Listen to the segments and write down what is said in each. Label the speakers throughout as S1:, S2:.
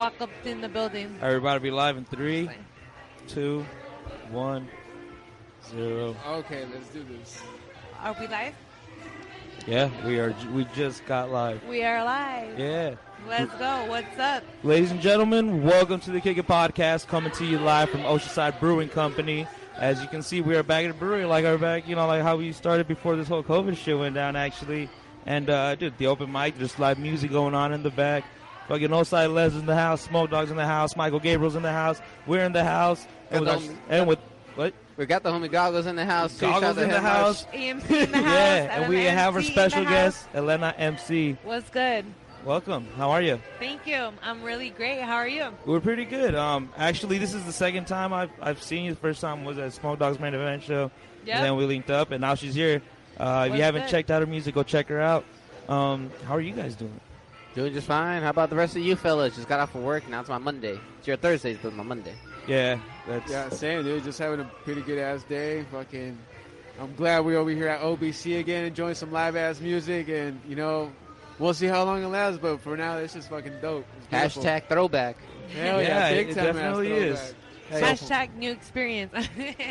S1: walk up in the building.
S2: Everybody be live in three, two, one, zero.
S3: Okay, let's do this.
S1: Are we live?
S2: Yeah, we are. We just got live.
S1: We are live.
S2: Yeah.
S1: Let's go. What's up?
S2: Ladies and gentlemen, welcome to the Kick It Podcast, coming to you live from Oceanside Brewing Company. As you can see, we are back at the brewery, like our back, you know, like how we started before this whole COVID shit went down, actually. And uh, dude, the open mic, just live music going on in the back. Fucking Oceanside Les in the house, Smoke Dogs in the house, Michael Gabriel's in the house. We're in the house, and,
S3: And
S2: with,
S3: um,
S2: and with what?
S3: We got the homie Goggles in the house. too. Shout
S2: Goggles
S3: out to
S2: in the
S3: him.
S2: house.
S1: EMC in the house.
S2: yeah,
S1: Elena
S2: and we have our
S1: MC in
S2: special
S1: the house.
S2: guest, Elena MC.
S1: What's good?
S2: Welcome. How are you?
S1: Thank you. I'm really great. How are you?
S2: We're pretty good. Um, actually, this is the second time I've, I've seen you. The first time was at Smoke Dogs Main Event Show.
S1: Yeah.
S2: And then we linked up, and now she's here. Uh, if
S1: What's
S2: you haven't
S1: good?
S2: checked out her music, go check her out. Um, how are you guys doing?
S3: Doing just fine. How about the rest of you fellas? Just got off of work. Now it's my Monday. It's your Thursdays, but my Monday.
S2: Yeah, that's
S4: Yeah, same dude. Just having a pretty good ass day. Fucking, I'm glad we're over here at OBC again, enjoying some live ass music, and you know, we'll see how long it lasts. But for now, it's just fucking dope. It's beautiful.
S3: Hashtag throwback.
S4: Hell yeah,
S2: Yeah,
S4: big
S2: it
S4: time ass
S2: definitely
S4: throwback.
S2: is.
S4: Hey,
S1: Hashtag new experience.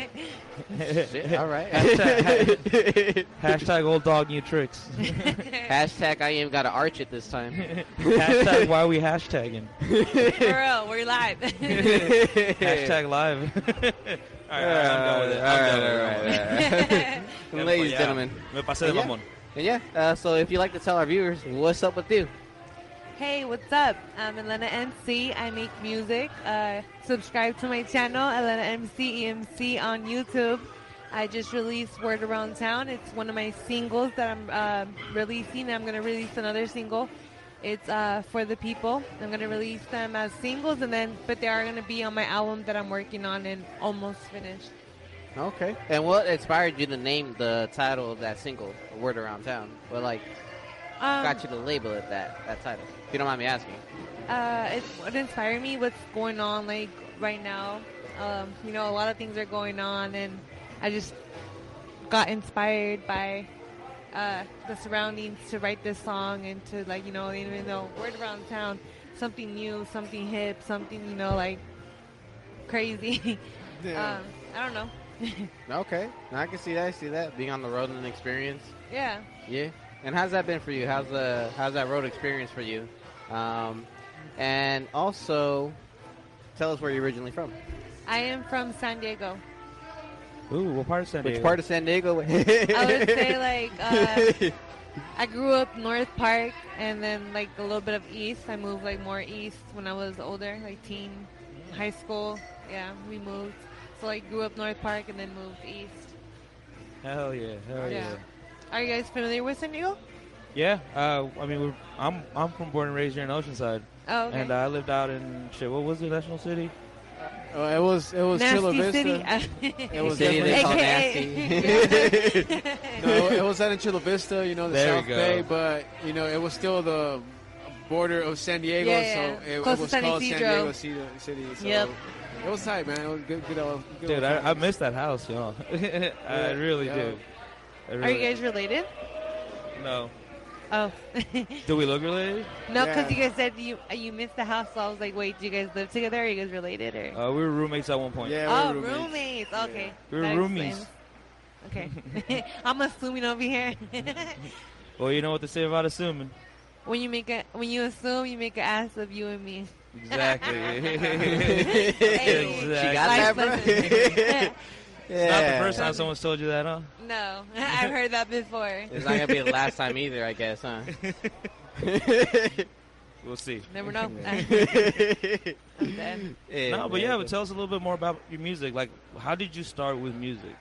S3: Shit, all right.
S2: Hashtag- hashtag old dog new tricks.
S3: Hashtag I ain't got to arch it this time.
S2: hashtag why we hashtagging.
S1: For real, we're live.
S2: Hashtag live. all right, all right, I'm done with it.
S3: All
S2: I'm
S3: right,
S2: done with it.
S3: all right,
S2: I'm
S3: all
S2: done with it.
S3: right.
S2: Yeah,
S3: Ladies
S2: yeah.
S3: and gentlemen.
S2: Me pasé de
S3: Yeah.
S2: mamón.
S3: And yeah, uh, so if you'd like to tell our viewers what's up with you,
S1: hey, what's up? I'm Elena MC. I make music. Uh, subscribe to my channel, Elena MC EMC on YouTube. I just released Word Around Town. It's one of my singles that I'm uh, releasing. I'm going to release another single. It's uh, for the people. I'm going to release them as singles, and then but they are going to be on my album that I'm working on and almost finished.
S3: okay, and what inspired you to name the title of that single "Word Around Town"? Well, like
S1: Um,
S3: got you to label it that that title. If you don't mind me asking.
S1: uh, it's what inspired me what's going on like right now um, you know a lot of things are going on and i just got inspired by uh, the surroundings to write this song and to like you know even though word around town something new something hip something you know like crazy
S4: Yeah.
S1: um, i don't know
S3: Okay, Now, I can see that. I see that being on the road and an experience.
S1: yeah
S3: Yeah. And how's that been for you? How's the how's that road experience for you? Um, and also, tell us where you're originally from.
S1: i am from san diego
S2: Ooh, what part of San
S3: Which
S2: Diego?
S3: part of San Diego? I
S1: i would say like uh, I grew up North Park and then like a little bit of East. I moved like more East when I was older, like teen, high school. Yeah, we moved. So like grew up North Park and then moved East.
S2: Hell yeah, hell Oh, yeah.
S1: Yeah. Are you guys familiar with San Diego?
S2: Yeah, uh, I mean, we're, I'm I'm from born and raised here in Oceanside,
S1: Oh, okay.
S2: and uh, I lived out in shit. What was the national city?
S4: Oh, it was it was Chula
S1: Nasty
S4: Vista.
S1: City.
S4: It was
S3: City
S4: definitely-
S3: they call
S1: AKA.
S3: nasty.
S4: no, it was out in Chula Vista, you know, the
S2: There we
S4: South
S2: go.
S4: Bay, but you know, it was still the border of San Diego,
S1: Yeah, yeah.
S4: so it, it
S1: Close to
S4: was
S1: San
S4: called San
S1: Isidro.
S4: Diego City. City so
S1: Yep.
S4: It was tight, man. It was good, good, old, good
S2: Dude,
S4: old
S2: I, I
S4: times.
S2: miss that house, y'all. I really
S4: yeah.
S2: do. I
S1: Are you
S2: really,
S1: guys related?
S2: No.
S1: Oh.
S2: Do we look related?
S1: no, because
S4: Yeah.
S1: you guys said you you missed the house, so I was like, wait, do you guys live together? Are you guys related? Or?
S2: Uh, we were roommates at one point.
S4: Yeah, we
S1: Oh,
S4: were
S1: roommates.
S4: roommates.
S1: Okay.
S2: We were
S1: That
S2: roomies.
S1: explains. Okay. I'm assuming over here.
S2: Well, you know what they say about assuming.
S1: when you make a when you assume, you make an ass of you and me.
S2: Exactly.
S1: Hey.
S2: exactly.
S3: She
S1: Life
S3: got that, bro.
S1: lesson.
S3: yeah.
S2: It's not the first time someone's told you that, huh?
S1: no, I've heard that before.
S3: It's not gonna be the last time either, I guess, huh?
S2: We'll see.
S1: Never know. I'm dead.
S2: No, but yeah, but tell us a little bit more about your music. Like, how did you start with music?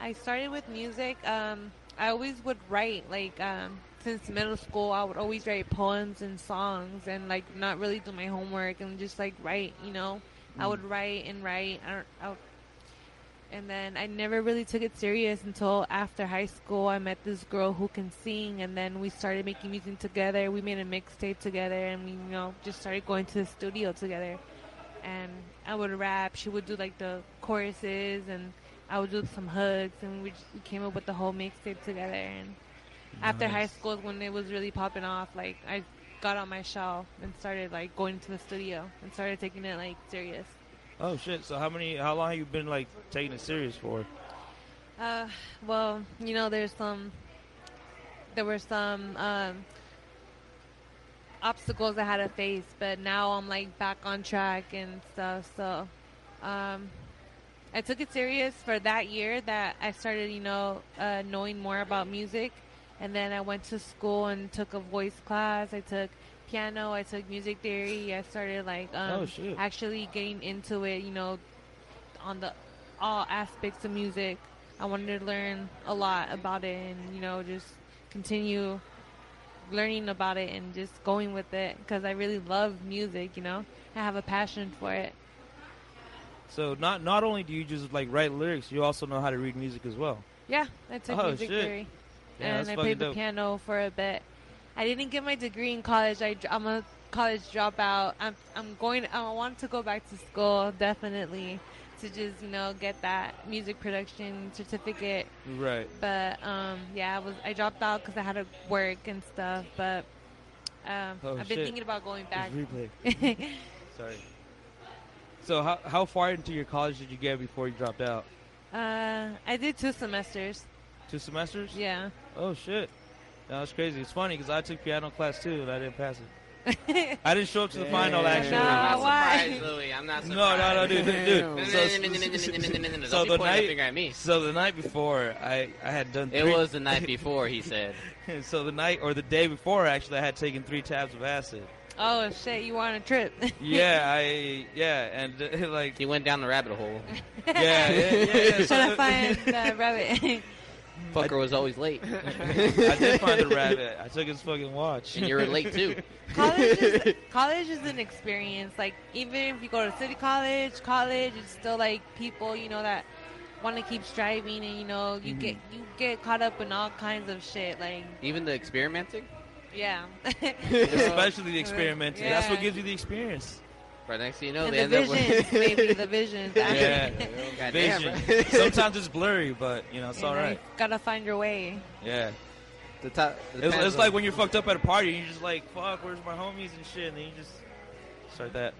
S1: I started with music. Um, I always would write like um, since middle school. I would always write poems and songs, and like not really do my homework and just like write. You know, I would write and write. I don't. I would, and then I never really took it serious until after high school. I met this girl who can sing, and then we started making music together. We made a mixtape together, and we you know just started going to the studio together. And I would rap. She would do like the choruses and. I would do some hooks, and we, just, we came up with the whole mixtape together. And after high
S2: Nice.
S1: school, is when it was really popping off, like I got on my shelf and started like going to the studio and started taking it like serious.
S2: Oh shit! So how many? How long have you been like taking it serious for?
S1: Uh, well, you know, there's some, there were some um, obstacles I had to face, but now I'm like back on track and stuff. So, um, I took it serious for that year that I started, you know, uh, knowing more about music, and then I went to school and took a voice class. I took piano. I took music theory. I started like um,
S2: Oh, shit.
S1: actually getting into it. You know, on the all aspects of music. I wanted to learn a lot about it and, you know, just continue learning about it and just going with it because I really love music, you know? I have a passion for it.
S2: So not not only do you just like write lyrics, you also know how to read music as well.
S1: Yeah, I took
S2: Oh,
S1: music
S2: shit.
S1: theory.
S2: Yeah,
S1: and
S2: that's
S1: I
S2: fucking
S1: played the
S2: dope.
S1: piano for a bit. I didn't get my degree in college. I, am a college dropout. I'm, I'm going, I want to go back to school, definitely, to just, you know, get that music production certificate
S2: Right.
S1: But um, yeah, I was I dropped out because I had to work and stuff. But um,
S2: Oh,
S1: I've been
S2: shit.
S1: thinking about going back.
S2: Replay.
S1: uh,
S2: Sorry. So how how far into your college did you get before you dropped out?
S1: Uh, I did two semesters.
S2: Two semesters?
S1: Yeah.
S2: Oh shit. No, that's crazy. It's funny because I took piano class too and I didn't pass it. I didn't show up to the final
S4: Damn.
S2: actually.
S1: No,
S3: I'm not
S1: why?
S3: surprised, Louis. I'm not
S2: No,
S3: surprised.
S2: no, no, dude, dude.
S4: No,
S2: dude.
S4: no,
S2: So, so
S3: So
S2: the
S3: the
S2: night,
S3: finger at me.
S2: so the night before, I, I had done.
S3: It
S2: three-
S3: was the night before, he said.
S2: so the night or the day before, actually, I had taken three tabs of acid.
S1: Oh shit! You want a trip?
S2: Yeah, I yeah, and uh, like
S3: He went down the rabbit hole.
S2: yeah, yeah, yeah, yeah. So-
S1: Trying to find the rabbit.
S3: Fucker was always late.
S2: I did find the rabbit. I took his fucking watch.
S3: And you were late too.
S1: college, is, college is an experience. Like even if you go to city college, college, it's still like people you know that want to keep striving, and you know you get
S2: Mm-hmm.
S1: you get caught up in all kinds of shit. Like
S3: Even the experimenting?
S1: yeah.
S2: especially the experimenting. That's what
S1: Yeah.
S2: gives you the experience.
S3: Right next thing you know,
S1: And
S3: they
S1: the
S3: end up with.
S1: visions, baby, the visions.
S2: Yeah.
S3: God damn,
S2: Vision.
S3: bro.
S2: Sometimes it's blurry, but you know it's
S1: You
S2: all
S1: know,
S2: right.
S1: you Gotta find your way.
S2: Yeah,
S3: The top, the
S2: it's,
S3: top-
S2: it's like when you're fucked up at a party, you're just like, "Fuck, where's my homies and shit," and then you just start that.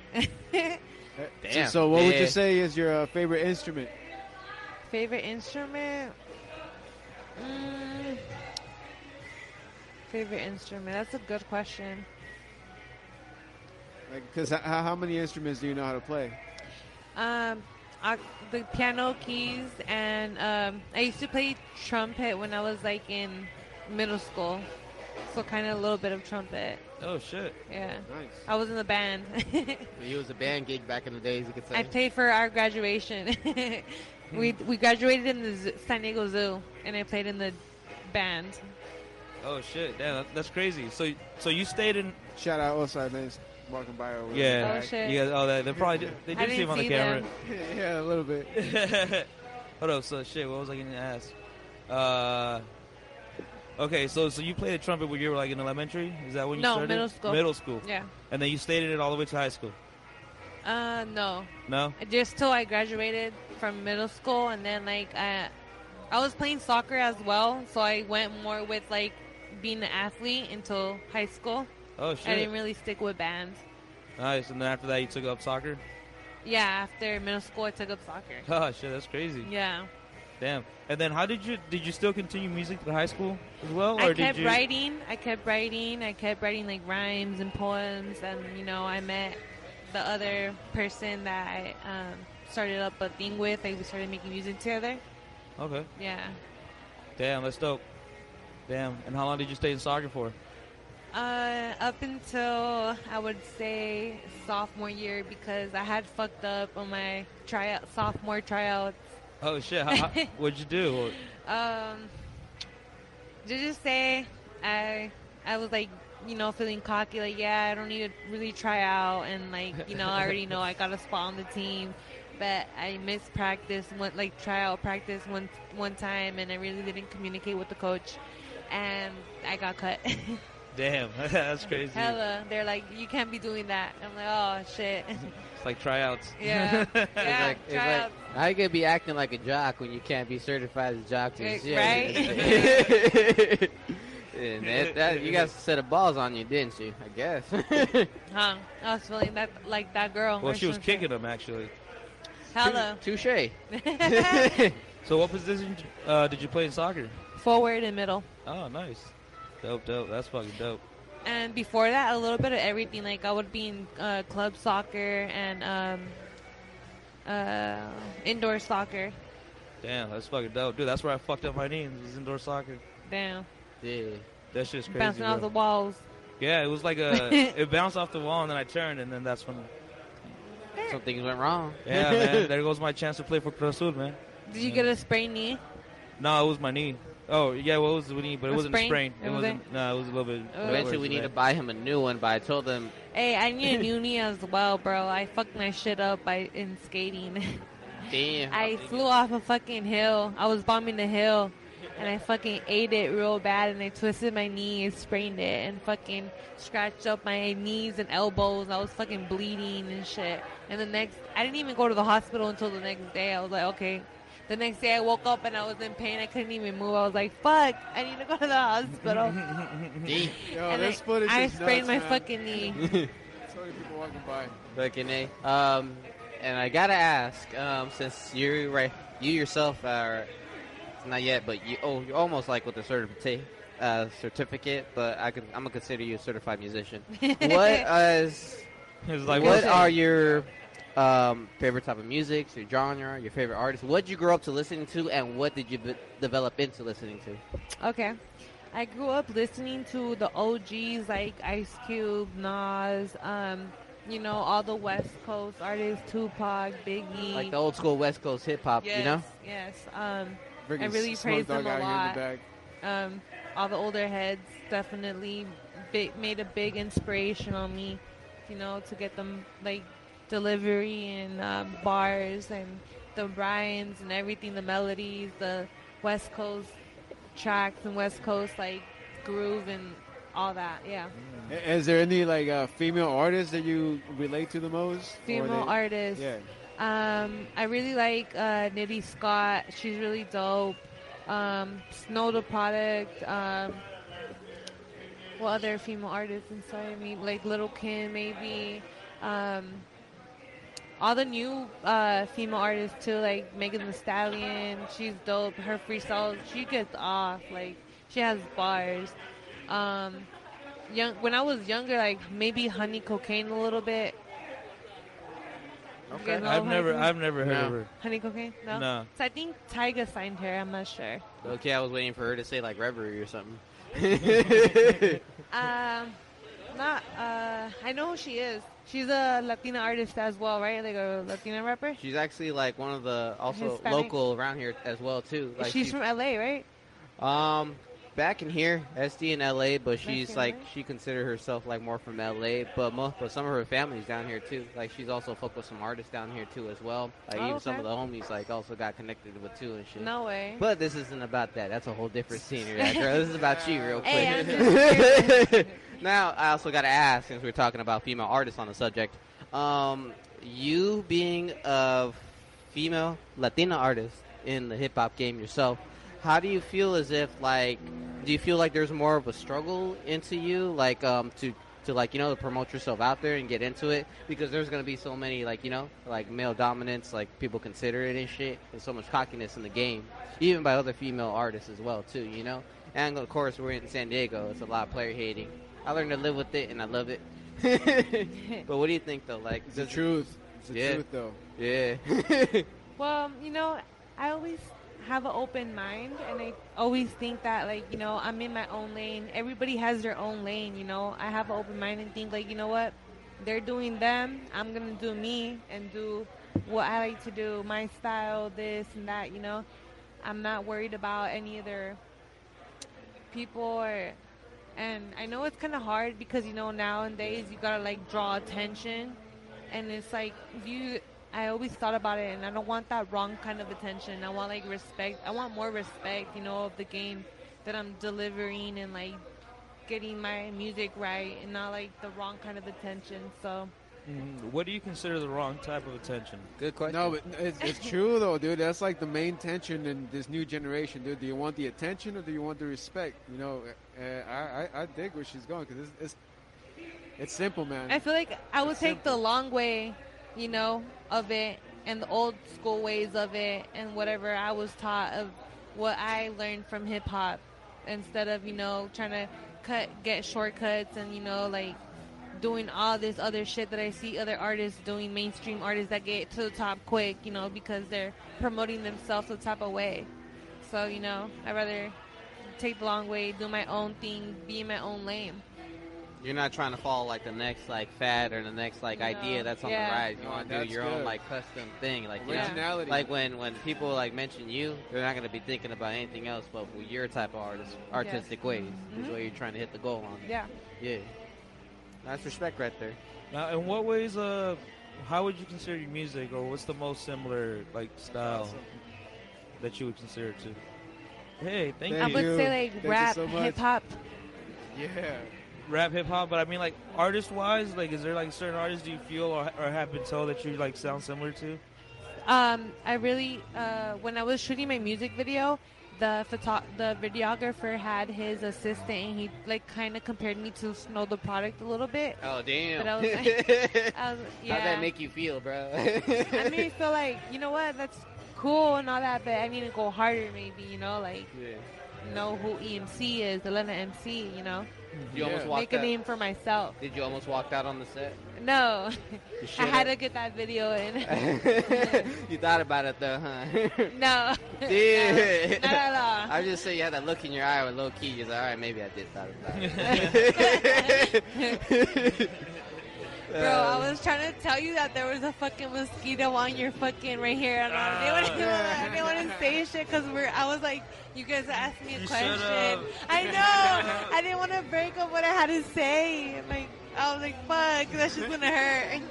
S3: Damn.
S4: So, what would
S3: Yeah.
S4: you say is your uh, favorite instrument?
S1: Favorite instrument? Mm, favorite instrument? That's a good question.
S4: Like, cause h- how, how many instruments do you know how to play?
S1: Um, I, the piano keys, and um, I used to play trumpet when I was like in middle school. So kind of a little bit of trumpet.
S2: Oh shit!
S1: Yeah.
S4: Nice.
S1: I was in the band.
S3: He was a band gig back in the days, you could say.
S1: I played for our graduation. we we graduated in the zoo, San Diego Zoo, and I played in the band.
S2: Oh shit! Damn, that, that's crazy. So so you stayed in?
S4: Shout out Osai Benz walking by over.
S2: Yeah.
S1: Oh, shit.
S2: You guys, oh, they, they probably did, they
S1: I
S2: did see
S1: didn't
S2: him on the
S1: see
S2: camera.
S1: them.
S4: yeah, a little bit.
S2: Hold up, so shit. What was I going to ask? Uh, okay, so so you played the trumpet when you were like in elementary? Is that when you
S1: No,
S2: started?
S1: middle school.
S2: Middle school,
S1: Yeah.
S2: and then you stayed in it all the way to high school.
S1: Uh no,
S2: No.
S1: just till I graduated from middle school, and then like I I was playing soccer as well, so I went more with like being an athlete until high school.
S2: Oh shit!
S1: I didn't really stick with bands.
S2: nice. And then after that, you took up soccer.
S1: Yeah, after middle school, I took up soccer.
S2: Oh shit, that's crazy.
S1: Yeah.
S2: Damn. And then how did you did you still continue music through high school as well, or
S1: I
S2: did
S1: kept
S2: you?
S1: writing. I kept writing. I kept writing like rhymes and poems, and you know, I met the other person that I um, started up a thing with. Like we started making music together.
S2: Okay.
S1: Yeah.
S2: Damn, that's dope. Damn. And how long did you stay in soccer for?
S1: Uh, up until I would say sophomore year, because I had fucked up on my tryout sophomore tryouts.
S2: Oh shit! How, how- what'd you do?
S1: Um, to just say, I I was like, you know, feeling cocky, like, yeah, I don't need to really try out, and like, you know, I already know I got a spot on the team, but I missed practice, one like tryout practice one one time, and I really didn't communicate with the coach, and I got cut.
S2: Damn, that's crazy.
S1: Hella, they're like, you can't be doing that. I'm like, oh shit,
S2: It's like tryouts.
S1: yeah,
S3: It's
S1: yeah,
S3: like, it's
S1: try
S3: like,
S1: out.
S3: how you gonna be acting like a jock when you can't be certified as a jock? To
S1: Right,
S3: yeah,
S1: right?
S3: yeah, yeah. And that, that- you got a set of balls on you, didn't you? I guess.
S1: Huh? I was feeling that like that girl.
S2: Well,
S1: or
S2: she was
S1: something.
S2: kicking him actually.
S1: Hello.
S3: Touche.
S2: So, what position uh, did you play in soccer?
S1: Forward and middle.
S2: Oh, nice. Dope, dope. That's fucking dope.
S1: And before that, a little bit of everything. Like I would be in uh, club soccer and um, uh, indoor soccer.
S2: Damn, that's fucking dope, dude. That's where I fucked up my knees. It was indoor soccer.
S1: Damn,
S3: yeah.
S2: That shit's crazy.
S1: bouncing off
S2: bro.
S1: the walls.
S2: Yeah, it was like a. it bounced off the wall, and then I turned, and then that's when.
S3: Some things went wrong.
S2: Yeah, man. There goes my chance to play for Cruz Azul, man.
S1: Did you
S2: Yeah.
S1: get a sprained knee?
S2: No, it was my knee. Oh, yeah, well, it was my knee, but it
S1: A
S2: wasn't
S1: sprain?
S2: sprain.
S1: It
S2: It
S1: was
S2: wasn't. No, it was a little bit.
S1: Oh.
S3: Eventually, we need to buy him a new one, but I told him
S1: Hey, I need a new knee as well, bro. I fucked my shit up by in skating.
S3: Damn.
S1: I flew off a fucking hill. I was bombing the hill, and I fucking ate it real bad, and I twisted my knee and sprained it, and fucking scratched up my knees and elbows. I was fucking bleeding and shit. And the next, I didn't even go to the hospital until the next day. I was like, okay. The next day, I woke up and I was in pain. I couldn't even move. I was like, fuck, I need to go to the hospital.
S3: Damn.
S4: Yo,
S1: and
S4: Oh, this
S1: I,
S4: footage
S1: I
S4: is
S1: sprained my
S4: nuts, man.
S1: fucking knee.
S4: So many people walking by.
S3: Fucking A. Um, and I gotta ask, um, since you're right, you yourself are not yet, but you oh, you're almost like with the certificate, uh, certificate. But I could, I'm gonna consider you a certified musician. what is,
S2: It's like
S3: like,
S2: what?
S3: what are your um, favorite type of music, your genre, your favorite artist? What did you grow up to listening to, and what did you b- develop into listening to?
S1: Okay. I grew up listening to the OGs like Ice Cube, Nas, um, you know, all the West Coast artists, Tupac, Biggie.
S3: Like the old school West Coast hip hop,
S1: yes,
S3: you know?
S1: Yes, um,
S4: Freaking
S1: I really
S4: Snoop
S1: praise
S4: Dogg
S1: them a
S4: out
S1: lot.
S4: Here in the back.
S1: um, all the older heads definitely big, made a big inspiration on me, you know, to get them like delivery and um, bars and the Bryans and everything, the melodies, the West Coast tracks and West Coast like groove and all that. Yeah,
S4: I- Is there any like uh, female artists that you relate to the most? Or
S1: female
S4: they-
S1: artists.
S4: Yeah.
S1: Um, I really like uh, Nitty Scott. She's really dope. Um, Snow the product. Um, what other female artists inspire me? Like Little Kim, maybe. Um, all the new uh, female artists too, like Megan Thee Stallion. She's dope. Her freestyle, she gets off. Like she has bars. Um, young when I was younger, like maybe Honey Cocaine a little bit. You guys know
S2: I've
S1: Honey
S2: never,
S1: Cocaine?
S2: I've never heard
S3: No.
S2: of her.
S1: Honey Cocaine? No.
S2: No.
S1: So I think Tyga signed her. I'm not sure.
S3: Okay, I was waiting for her to say like Reverie or something.
S1: Um, not. Uh, I know who she is. She's a Latina artist as well, right? Like a Latina rapper.
S3: She's actually like one of the also
S1: Hispanic.
S3: local around here as well too. Like
S1: she's from LA, right?
S3: um back in here, SD in LA, but she's
S1: in
S3: like
S1: LA?
S3: she considered herself like more from LA, but most but some of her family's down here too. Like she's also fucked with some artists down here too as well. Like
S1: Oh,
S3: even some
S1: okay.
S3: of the homies like also got connected with too and shit.
S1: No way.
S3: But this isn't about that. That's a whole different scenery, right, girl. This is about you, real quick.
S1: Hey, I'm just
S3: now, I also got to ask, since we're talking about female artists on the subject, um, you being a female Latina artist in the hip hop game yourself, how do you feel as if like, do you feel like there's more of a struggle into you, like um, to to like you know promote yourself out there and get into it because there's gonna be so many like you know like male dominance like people consider it and shit and so much cockiness in the game even by other female artists as well too you know and of course we're in San Diego it's a lot of player hating I learned to live with it and I love it but what do you think though like
S4: It's the
S3: does-
S4: truth. It's the
S3: Yeah.
S4: truth, though.
S3: yeah
S1: Well, you know, I always have an open mind, and I always think that, like, you know, I'm in my own lane. Everybody has their own lane, you know. I have an open mind and think, like, you know what? They're doing them. I'm going to do me and do what I like to do, my style, this and that, you know. I'm not worried about any other people or. And I know it's kind of hard because, you know, nowadays you got to, like, draw attention and it's like you i always thought about it and i don't want that wrong kind of attention i want like respect i want more respect you know of the game that i'm delivering and like getting my music right and not like the wrong kind of attention so
S2: Mm, What do you consider the wrong type of attention?
S3: Good question.
S4: No, but it's, it's true though, dude. That's like the main tension in this new generation, dude. Do you want the attention or do you want the respect? You know, uh, I, I I dig where she's going because it's, it's it's simple, man.
S1: I feel like I would
S4: It's
S1: take the
S4: simple.
S1: long way, you know, of it and the old school ways of it and whatever I was taught of what I learned from hip hop instead of, you know, trying to cut get shortcuts and, you know, like doing all this other shit that I see other artists doing, mainstream artists that get to the top quick, you know, because they're promoting themselves the type of way. So, you know, I'd rather take the long way, do my own thing, be in my own lane.
S3: You're not trying to follow like the next like fad or the next like
S1: No.
S3: idea that's on
S1: Yeah.
S3: the rise. You
S4: No,
S3: want to do
S4: that's
S3: your own
S4: good.
S3: like custom thing. Like you know,
S4: Originality.
S3: like when when people like mention you, they're not going to be thinking about anything else but for your type of artist, artistic ways. Is
S1: Mhm.
S3: what you're trying to hit the goal on.
S1: Yeah.
S3: Yeah. That's respect right there.
S2: Now, in what ways, uh, how would you consider your music, or what's the most similar like style
S3: Oh.
S2: that you would consider to? Hey, thank
S4: Thank
S1: I
S2: you.
S1: would
S4: you.
S1: say like
S4: Thank you
S1: rap,
S4: so much.
S1: hip hop.
S4: yeah.
S2: Rap, hip hop, but I mean, like artist-wise, like is there like certain artists do you feel or, or have been told that you like sound similar to?
S1: Um, I really uh, when I was shooting my music video, the photo- the videographer had his assistant, and he like kind of compared me to Snow the Product a little bit.
S3: Oh damn!
S1: But I was I was,
S3: How'd that
S1: yeah,
S3: make you feel, bro?
S1: I made me feel like you know what, that's cool and all that, but I need to go harder, maybe you know, like
S3: yeah.
S1: know who EMC is, Elena MC, E you know,
S3: You almost
S4: Yeah.
S3: walked
S1: make a
S3: out.
S1: name for myself.
S3: Did you almost walk out on the set?
S1: No,
S3: You
S1: I
S3: shit
S1: had
S3: up?
S1: to get that video in.
S3: you thought about it though, huh?
S1: No.
S3: Dude.
S1: No, not at all.
S3: I just say you had that look in your eye with low key. You're like, all right, maybe I did thought about it.
S1: Bro, I was trying to tell you that there was a fucking mosquito on your fucking right here, and I didn't want to, I didn't want to say shit because we're. I was like, you guys asked me a
S2: You
S1: question.
S2: should've.
S1: I know. I didn't want to break up what I had to say. and, Like, I was like, fuck, that's just gonna hurt.
S2: It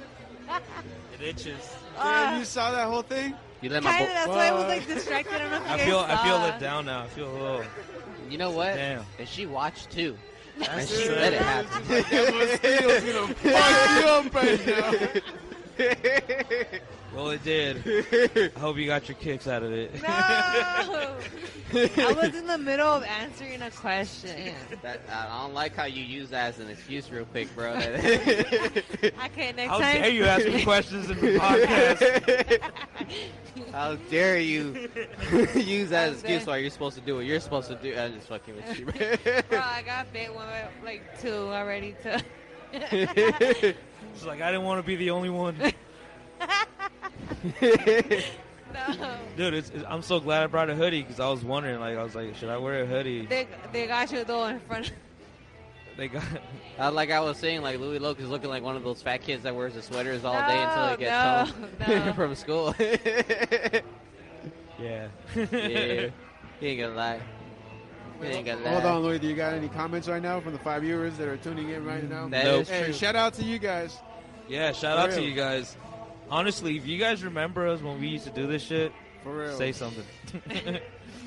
S2: itches.
S1: Uh,
S4: Damn, you saw that whole thing?
S3: you let my
S1: Kind of.
S3: bo-
S1: That's why I was
S4: Whoa.
S1: like distracted. I don't know if you
S2: I
S1: guys
S2: feel I feel
S1: saw.
S2: let down now. I feel a little.
S3: You know what?
S2: Damn.
S3: And she watched too. And
S2: That's
S3: she
S2: it.
S3: let it
S4: Mosquitoes gonna fuck you up right now.
S3: happen.
S2: Well, it did. I hope you got your kicks out of it.
S1: No, I was in the middle of answering a question.
S3: that, I don't like how you use that as an excuse, real quick, bro.
S1: Okay, next
S2: How
S1: time.
S2: dare you ask me questions in the podcast?
S3: How dare you use that as an
S1: How dare-
S3: excuse while you're supposed to do what you're supposed to do? I'm just fucking with you.
S1: Bro,
S3: bro.
S1: I got bit one, like two already. Two.
S2: She's like, I didn't want to be the only one.
S1: no,
S2: Dude, it's, it's, I'm so glad I brought a hoodie because I was wondering, like, I was like, should I wear a hoodie?
S1: they they got you though in front. Of,
S2: They got
S3: Uh, like I was saying, like Louis Loke is looking like one of those fat kids that wears the sweaters all
S1: No,
S3: day until he gets
S1: no,
S3: home
S1: no.
S3: from school.
S2: yeah.
S3: yeah, he ain't gonna lie. He ain't gonna lie.
S4: Hold on, Louis. Do you got any comments right now from the five viewers that are tuning in right now?
S3: Mm, That
S2: Nope.
S3: is
S4: hey,
S3: true.
S4: shout out to you guys.
S2: Yeah, shout out to
S4: Real.
S2: you guys. Honestly, if you guys remember us when we used to do this shit,
S4: For real.
S2: say something.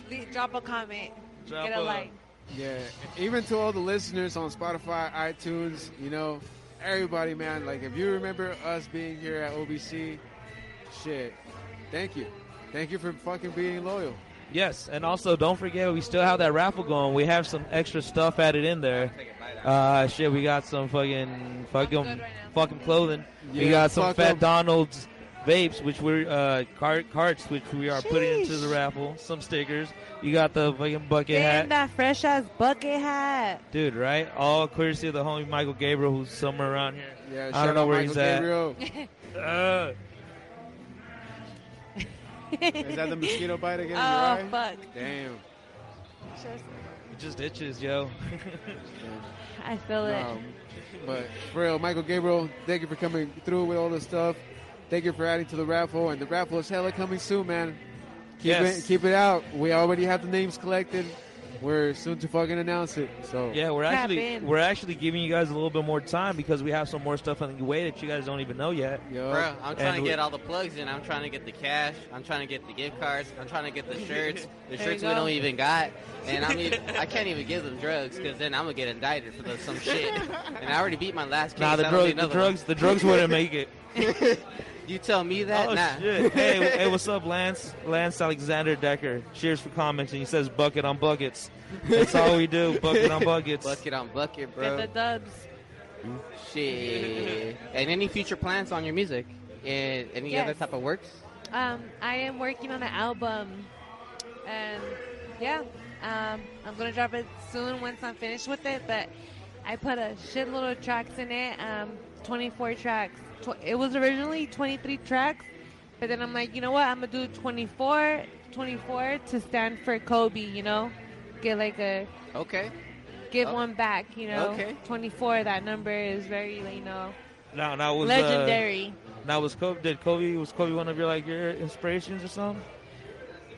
S1: Please drop a comment.
S2: Drop
S1: Get a,
S2: a-
S1: like.
S4: Yeah, even to all the listeners on Spotify, iTunes, you know, everybody, man. Like, if you remember us being here at OBC, shit, thank you, thank you for fucking being loyal.
S2: yes, and also don't forget we still have that raffle going. We have some extra stuff added in there. Uh, shit, we got some fucking fucking
S1: good right now.
S2: fucking clothing. we
S4: Yeah,
S2: got some
S4: fuck
S2: Fat
S4: 'em.
S2: Donald's vapes, which we're uh cart carts, which we are putting into the raffle. Some stickers. You got the fucking bucket
S1: Damn
S2: hat.
S1: that fresh ass bucket hat.
S2: Dude, right? All courtesy of the homie Michael Gabriel, who's somewhere around here.
S4: Yeah,
S2: I don't know where he's at.
S4: he's
S2: Uh,
S4: at. Is that the mosquito bite again? in your
S1: oh
S4: eye?
S1: fuck.
S4: Damn.
S1: Just-
S2: it just itches, yo.
S1: I feel it.
S4: Um, but for real, Michael Gabriel, thank you for coming through with all this stuff. Thank you for adding to the raffle, and the raffle is hella coming soon, man. Keep
S2: Yes.
S4: it, keep it out. We already have the names collected. We're soon to fucking announce it. So
S2: Yeah, we're
S1: Tap
S2: actually
S1: in.
S2: we're actually giving you guys a little bit more time because we have some more stuff on the way that you guys don't even know yet.
S4: yo,
S3: Bro, I'm trying to
S2: we-
S3: get all the plugs in. I'm trying to get the cash. I'm trying to get the gift cards. I'm trying to get the shirts. The
S1: There you
S3: shirts we
S1: go.
S3: don't even got. And I'm even, I can't even give them drugs because then I'm gonna get indicted for those, some shit. And I already beat my last case.
S2: Nah, the,
S3: I don't
S2: drug,
S3: need
S2: the
S3: another one.
S2: drugs the drugs wouldn't make it.
S3: You tell me that?
S2: oh
S3: nah.
S2: shit! Hey, w- hey, what's up, Lance? Lance Alexander Decker. Cheers for commenting. He says bucket on buckets. That's all we do. Bucket on buckets.
S3: Bucket on bucket,
S1: Get
S3: bro.
S1: the dubs.
S3: Shit. And any future plans on your music? And any
S1: Yes.
S3: other type of works?
S1: Um, I am working on an album, and yeah, um, I'm gonna drop it soon once I'm finished with it. But I put a shitload of tracks in it. Um, 24 tracks. Tw- it was originally 23 tracks, but then I'm like, you know what? I'm gonna do 24, 24 to stand for Kobe. You know, get like a
S3: Okay.
S1: get
S3: Oh.
S1: one back. You know,
S3: Okay.
S1: 24. That number is very, you know,
S2: Now, now was uh,
S1: legendary.
S2: now was Kobe? Did Kobe was Kobe one of your like your inspirations or something?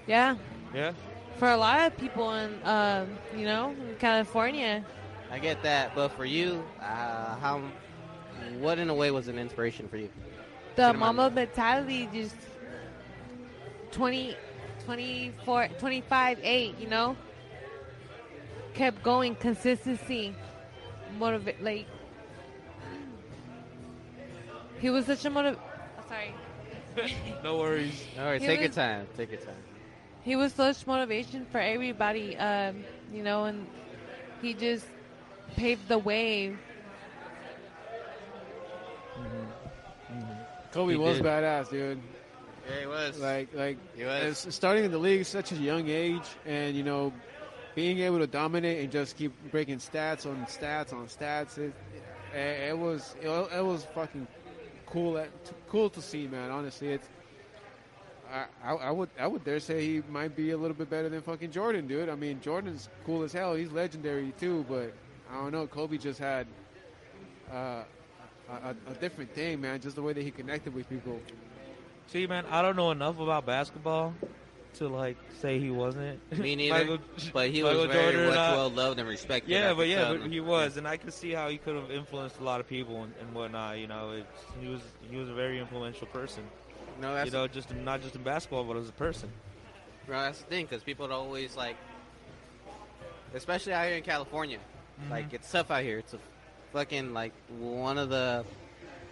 S1: yeah.
S2: Yeah.
S1: for a lot of people in um, you know in California.
S3: I get that. But for you, uh, how? What in a way was an inspiration for you?
S1: The
S3: Cinema.
S1: mama mentality just 20, 24, 25, 8, you know? Kept going, consistency, motivate, like, he was such a motiv- oh, sorry.
S2: No worries.
S3: All right,
S1: He
S3: take your
S1: was-
S3: time. Take your time.
S1: he was such motivation for everybody, um, you know, and he just paved the way.
S4: Kobe
S3: He
S4: was
S3: did.
S4: badass, dude.
S3: Yeah, it was.
S4: Like like
S3: He was.
S4: as- starting in the league at such a young age, and you know, being able to dominate and just keep breaking stats on stats on stats. It it, it was it, wa- it was fucking cool at, t- cool to see, man. Honestly, it's. I, I, I would I would dare say he might be a little bit better than fucking Jordan, dude. I mean, Jordan's cool as hell. He's legendary too, but I don't know. Kobe just had uh, a, a, a different thing, man. Just the way that he connected with people.
S2: See, man, I don't know enough about basketball to like say he wasn't.
S3: Me neither.
S2: Michael-
S3: but he
S2: Michael
S3: was very
S2: Jordan,
S3: much
S2: uh,
S3: well loved and respected. I
S2: Yeah,
S3: could
S2: but yeah,
S3: tell.
S2: but he was, and I could see how he could have influenced a lot of people and, and whatnot. You know, it's, he was he was a very influential person.
S3: No, that's,
S2: you know, just not just in basketball, but as a person.
S3: bro, that's the thing because people are always like, especially out here in California, like it's tough out here. It's a fucking like one of the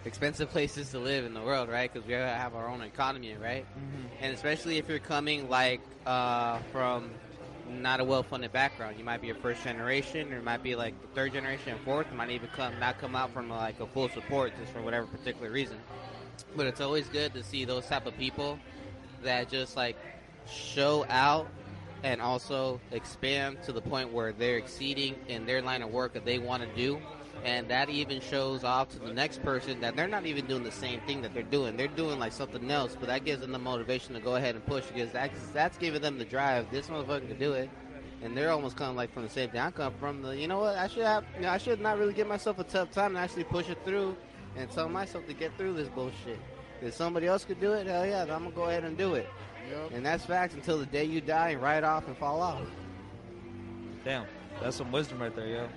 S3: expensive places to live in the world, right? Because we have our own economy, right? and especially if you're coming like uh, from not a well-funded background, you might be a first generation, or it might be like the third generation, fourth. It might even come not come out from like a full support just for whatever particular reason. But it's always good to see those type of people that just like show out and also expand to the point where they're exceeding in their line of work that they want to do. And that even shows off to the next person that they're not even doing the same thing that they're doing. They're doing like something else, but that gives them the motivation to go ahead and push because that's, that's giving them the drive. This motherfucker can do it. And they're almost kind of like from the same thing I come from. The, you know what? I should have, you know, I should not really give myself a tough time and actually push it through and tell myself to get through this bullshit. If somebody else could do it, hell yeah, then I'm gonna go ahead and do it.
S4: Yep.
S3: And that's facts until the day you die and ride off and fall off.
S2: Damn, that's some wisdom right there, yo.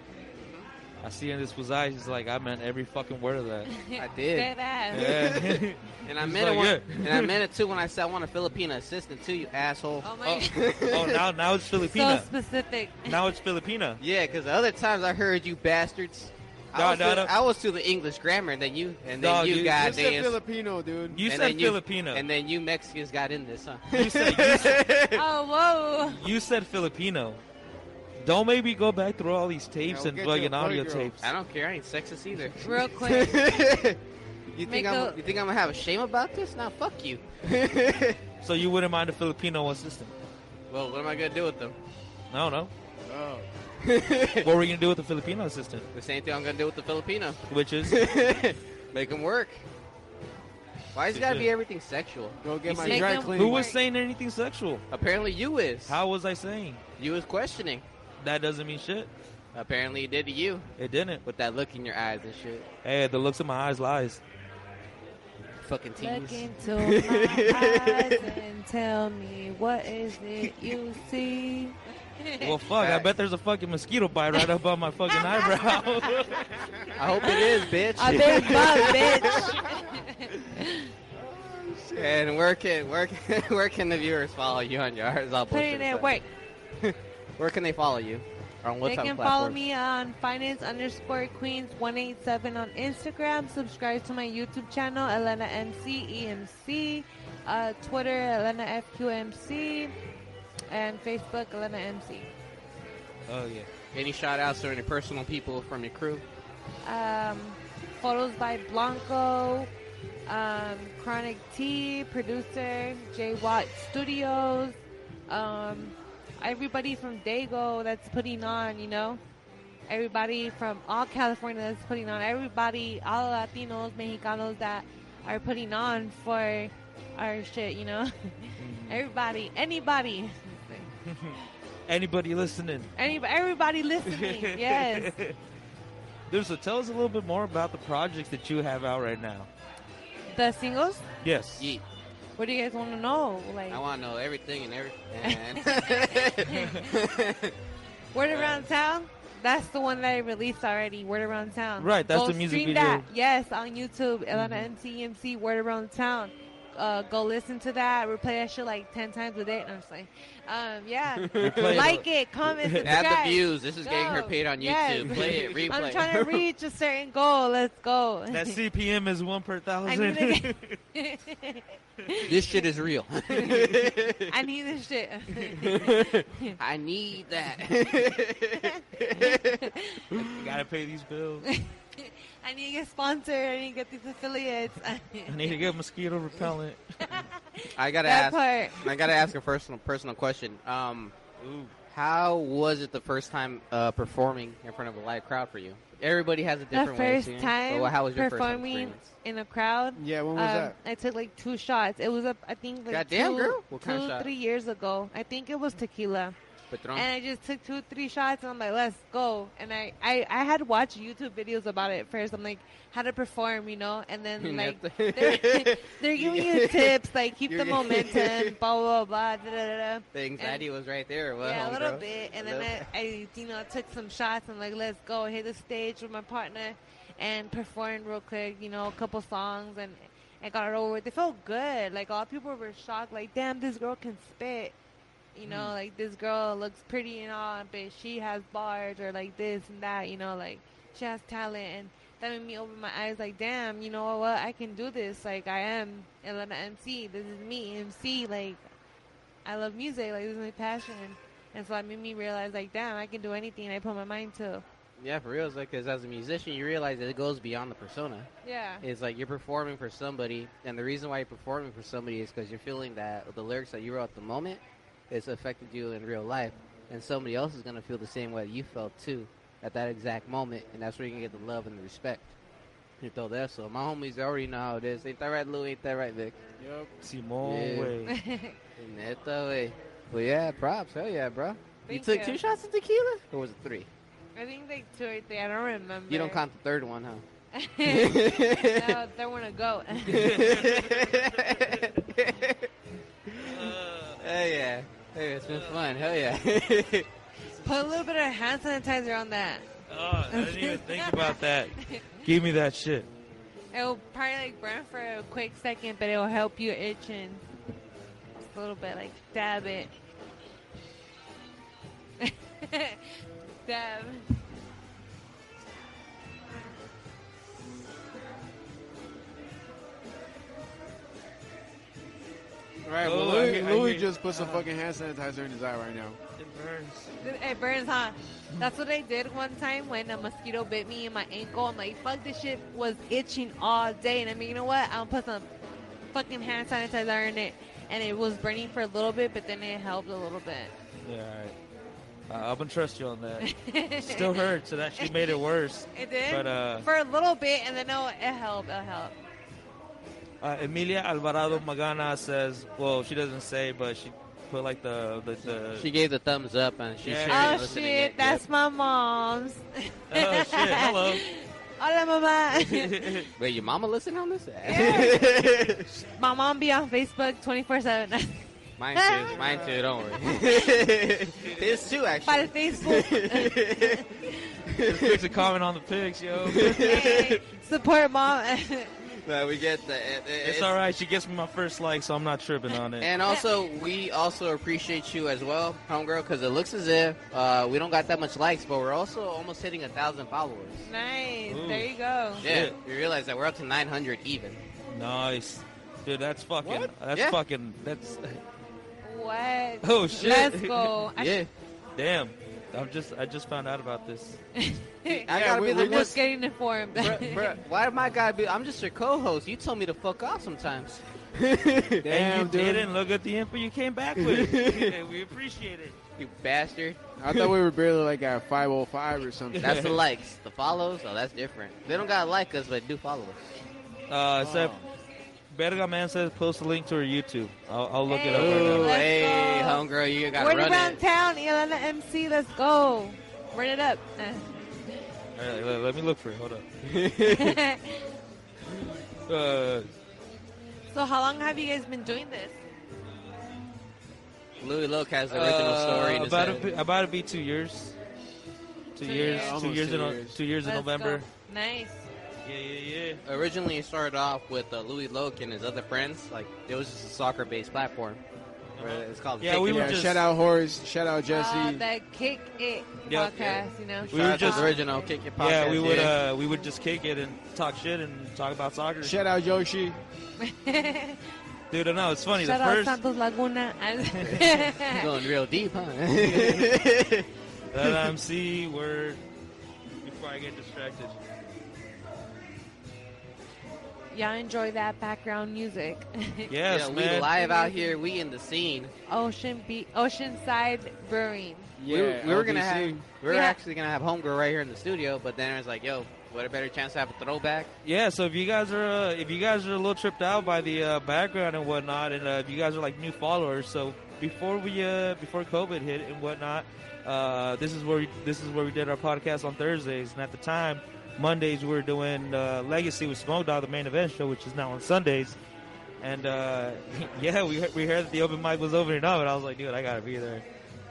S2: I see in this was eyes. He's like, I meant every fucking word of that.
S3: I did.
S1: Say that.
S2: Yeah.
S3: And I
S2: He's
S3: meant it
S2: like,
S3: when, and I meant it too when I said I want a Filipino assistant too, you asshole.
S1: Oh my
S2: oh, oh, now now it's Filipina.
S1: So specific.
S2: now it's Filipina.
S3: Yeah, because the other times I heard you bastards.
S2: No,
S3: I, was
S2: no,
S3: to,
S2: no.
S3: I was to the English grammar, and then you, and then
S2: No,
S3: you
S2: you-
S4: You
S3: guys,
S4: said Filipino, dude.
S2: You
S3: And
S2: said
S3: then you-
S2: Filipino.
S3: and then you Mexicans got in this, huh?
S2: You said- you
S1: oh, whoa.
S2: you said Filipino. Don't maybe go back through all these tapes
S4: we'll
S2: and
S4: get you
S2: fucking
S4: a
S2: audio
S4: boy girl.
S2: tapes.
S3: I don't care. I ain't sexist either.
S1: Real quick.
S3: you
S1: Make
S3: think I'm?
S1: a-
S3: You think I'm gonna have a shame about this? Now, fuck you.
S2: So you wouldn't mind a Filipino assistant?
S3: well, what am I gonna do with them?
S2: I don't know.
S4: Oh.
S2: What were you gonna do with the Filipino assistant?
S3: The same thing I'm gonna do with the Filipino.
S2: Which is
S3: Make them work. Why does it gotta be everything sexual?
S4: Go get
S3: You
S4: my
S3: see-
S4: dry
S1: Make them-
S4: clean.
S2: who was saying anything sexual?
S3: Apparently you is.
S2: How was I saying?
S3: You was questioning.
S2: That doesn't mean shit.
S3: Apparently it did to you.
S2: It didn't.
S3: With that look in your eyes and shit.
S2: Hey, the looks in my eyes lies.
S3: Fucking teens.
S1: Look into my eyes and tell me what is it you see.
S2: Well, fuck. I bet there's a fucking mosquito bite right above my fucking eyebrow.
S3: I hope it is, bitch.
S1: A big bug, bitch.
S3: and where can where can, where can the viewers follow you on your It's all bullshit
S1: Putting
S3: aside.
S1: it work.
S3: Where can they follow you? Or on what
S1: they
S3: type
S1: can
S3: of
S1: follow
S3: platforms?
S1: me on finance underscore queens one eight seven on Instagram. Subscribe to my YouTube channel, Elena MC EMC. Uh, Twitter, Elena FQMC, and Facebook, Elena MC.
S2: oh yeah.
S3: Any shout outs or any personal people from your crew?
S1: um, photos by Blanco, um, Chronic T, producer, J Watt Studios, um, everybody from Dago that's putting on, you know, everybody from all California that's putting on, everybody, all Latinos, Mexicanos that are putting on for our shit, you know, everybody, anybody.
S2: Anybody listening?
S1: Any, everybody listening, yes.
S2: Dude, so tell us a little bit more about the projects that you have out right now.
S1: The singles,
S2: Yes.
S3: Yeet.
S1: what do you guys want to know? Like,
S3: I want to know everything and everything.
S1: Word Around Town. That's the one that I released already. Word Around Town.
S2: Right, that's
S1: go
S2: the music
S1: stream
S2: video. Mm-hmm.
S1: That. Yes, on YouTube, Elena MCMC. Word Around Town. Uh, go listen to that. Replay that shit like ten times a day. And I'm just like, um, yeah,
S2: Replay it.
S1: like it, comment, subscribe.
S3: Add the views. This is getting her
S1: Go.
S3: paid on YouTube.
S1: Yes.
S3: Play it, replay.
S1: I'm trying to reach a certain goal. Let's go.
S2: That CPM is one per
S1: I
S2: thousand.
S1: need, to
S3: this shit is real.
S1: get- I need this shit.
S3: I need that.
S2: Gotta pay these bills.
S1: I need to get sponsored. I need to get these affiliates.
S2: I need to get mosquito repellent.
S3: I gotta
S1: that part.
S3: ask. I gotta ask a personal personal question. Um, how was it the first time uh, performing in front of a live crowd for you? Everybody has
S1: The
S3: a different way
S1: first
S3: of seeing it.
S1: time
S3: But how was your
S1: performing
S3: first time
S1: in a crowd.
S4: Yeah, when was
S1: Um,
S4: that?
S1: I took like two shots. It was up, I think, like
S3: Goddamn,
S1: two,
S3: girl. What
S1: two,
S3: kind of shot?
S1: three years ago. I think it was tequila,
S3: Patron.
S1: and I just took two, three shots, and I'm like, let's go. And I, I, I had watched YouTube videos about it first. I'm like, how to perform, you know, and then like they're, they're giving you tips, like keep
S3: You're
S1: the
S3: getting-
S1: momentum, blah blah blah, da da da. da.
S3: the anxiety was right there. Well,
S1: Yeah, a little
S3: homegirl.
S1: bit, and
S3: A
S1: then
S3: little-
S1: I, I, you know, took some shots and like, let's go hit the stage with my partner, and performed real quick, you know, a couple songs, and I got it over. with. It felt good. Like a lot of people were shocked, like, damn, this girl can spit. You know, like this girl looks pretty and all, but she has bars or like this and that. You know, like she has talent, and that made me open my eyes. Like, damn, you know what? I can do this. Like, I am Elena MC. This is me, MC. Like, I love music. Like, this is my passion. And so that made me realize, like, damn, I can do anything I put my mind to.
S3: yeah, for real. It's like, 'cause as a musician, you realize that it goes beyond the persona.
S1: Yeah.
S3: It's like you're performing for somebody, and the reason why you're performing for somebody is because you're feeling that the lyrics that you wrote at the moment, it's affected you in real life, and somebody else is gonna feel the same way you felt too at that exact moment, and that's where you can get the love and the respect. You throw that. So my homies already know how it is. Ain't that right, Lou? Ain't that right, Vic?
S4: Yep.
S2: Simone
S3: Yeah.
S2: Way.
S3: Ain't that the way? Well, yeah, props. Hell yeah, bro.
S1: Thank
S3: you took
S1: you.
S3: two shots of tequila, or was it three?
S1: I think like two or three. I don't remember.
S3: You don't count the third one,
S1: no,
S3: huh?
S1: I don't want to go.
S3: Hell yeah. Hey, it's been fun. Hell yeah.
S1: Put a little bit of hand sanitizer on that.
S2: Oh, I didn't even think about that. Give me that shit.
S1: It'll probably like burn for a quick second, but it'll help you itching. Just a little bit, like dab it. dab.
S4: All right. Well,
S2: Oh, I
S4: Louis,
S2: hear- I
S4: Louis
S2: hear-
S4: just put some
S2: uh,
S4: fucking hand sanitizer in his eye right now.
S2: It burns.
S1: It burns, huh? That's what I did one time when a mosquito bit me in my ankle. I'm like, fuck, this shit was itching all day. And I mean, you know what? I'll put some fucking hand sanitizer in it. And it was burning for a little bit, but then it helped a little bit.
S2: Yeah, all right. Uh, I'm gonna trust you on that. Still hurts. It actually made it worse.
S1: It did?
S2: But, uh,
S1: for a little bit, and then it, it helped. It helped.
S2: Uh, Emilia Alvarado Magana says, well, she doesn't say, but she put like the the. the
S3: she gave the thumbs up and she
S2: Yeah.
S3: shared
S2: Hey,
S1: Oh,
S3: and listening
S1: shit.
S3: it.
S1: That's my mom's.
S2: oh shit! Hello.
S1: Hola, mama.
S3: Yep. Wait, your mama listen on this?
S1: Yeah. my mom be on Facebook 24 7.
S3: Mine too. Mine too. Don't worry. His too,
S1: Para
S3: actually.
S1: el Facebook.
S2: Fix a comment on the pics, yo.
S1: Hey, support mom.
S3: no, we get that. It- it-
S2: It's all right. She gets me my first like, so I'm not tripping on it.
S3: And also, we also appreciate you as well, homegirl, because it looks as if uh, we don't got that much likes, but we're also almost hitting a thousand followers.
S1: nice.
S2: Ooh.
S1: There you go.
S3: Yeah,
S2: Shit.
S3: you realize that we're up to 900 even.
S2: nice, dude. That's fucking.
S3: What?
S2: That's
S3: Yeah.
S2: fucking. That's.
S1: What?
S2: Oh, shit.
S1: Let's go. I
S3: Yeah,
S2: Damn. I'm just. I just found out about this.
S3: I
S4: Yeah,
S3: gotta
S4: we-
S3: be
S4: we
S3: the
S1: I'm
S3: one.
S1: just getting informed.
S3: Bruh, bruh, why am I gotta be? I'm just your co-host. You tell me to fuck off sometimes.
S4: Damn,
S2: and you
S4: dude.
S2: didn't look at the info you came back with. Yeah, we appreciate it.
S3: you bastard.
S4: I thought we were barely like at 505 or something.
S3: That's the likes. The follows, oh, that's different. They don't gotta like us, but do follow us.
S2: Uh,
S4: Oh.
S2: so Berga man says post a link to her YouTube. I'll, I'll look it up.
S1: Hey.
S2: Right
S3: Ooh,
S2: now.
S1: Let's
S3: hey,
S1: go.
S3: homegirl, you gotta
S1: Word
S3: run
S1: around
S3: it.
S1: town, Elena MC. Let's go. Word it up.
S2: All right, let, let me look for it. Hold up. Uh,
S1: so, how long have you guys been doing this?
S3: Louis Loke has the original
S2: uh,
S3: story. in his
S2: about
S3: head.
S2: to be, about to be two years. Two
S1: Two
S2: years.
S1: years.
S2: Two
S4: Almost
S2: years
S4: two
S2: in o-
S4: years.
S2: two years in
S1: Let's
S2: November.
S1: go. Nice.
S2: Yeah, yeah, yeah.
S3: originally it started off with uh, Louis Loke and his other friends. Like it was just a soccer-based platform. Where
S2: Uh-huh.
S3: It's called.
S2: Yeah,
S3: Kick
S2: we
S3: It.
S2: were
S4: yeah,
S2: just-
S4: shout out Horace, shout out Jesse.
S1: Uh, the Kick It
S2: Yeah.
S1: podcast, you know?
S2: We were
S3: Shout out to
S2: just-
S3: the original kick it podcast.
S2: Yeah, we would uh, we would just kick it and talk shit and talk about soccer.
S4: shout out Yoshi.
S2: Dude, I know it's funny.
S1: Shout
S2: the
S1: out
S2: first,
S1: Santos Laguna.
S3: going real deep, huh?
S2: That MC word before I get distracted.
S1: Y'all enjoy that background music.
S2: Yes,
S3: yeah, we
S2: man.
S3: live out here. We in the scene.
S1: Ocean Be- Oceanside Brewing.
S3: we were, we were gonna
S4: LBC.
S3: have. We were
S1: Yeah.
S3: actually gonna have homegirl right here in the studio, but then it was like, yo, what a better chance to have a throwback.
S2: Yeah, so if you guys are uh, if you guys are a little tripped out by the uh, background and whatnot, and uh, if you guys are like new followers, so before we uh, before COVID hit and whatnot, uh, this is where we, this is where we did our podcast on Thursdays, and at the time Mondays we were doing uh, Legacy with Smoke Dog, the main event show, which is now on Sundays. And uh, yeah, we heard- we heard that the open mic was opening up, and I was like, dude, I gotta be there,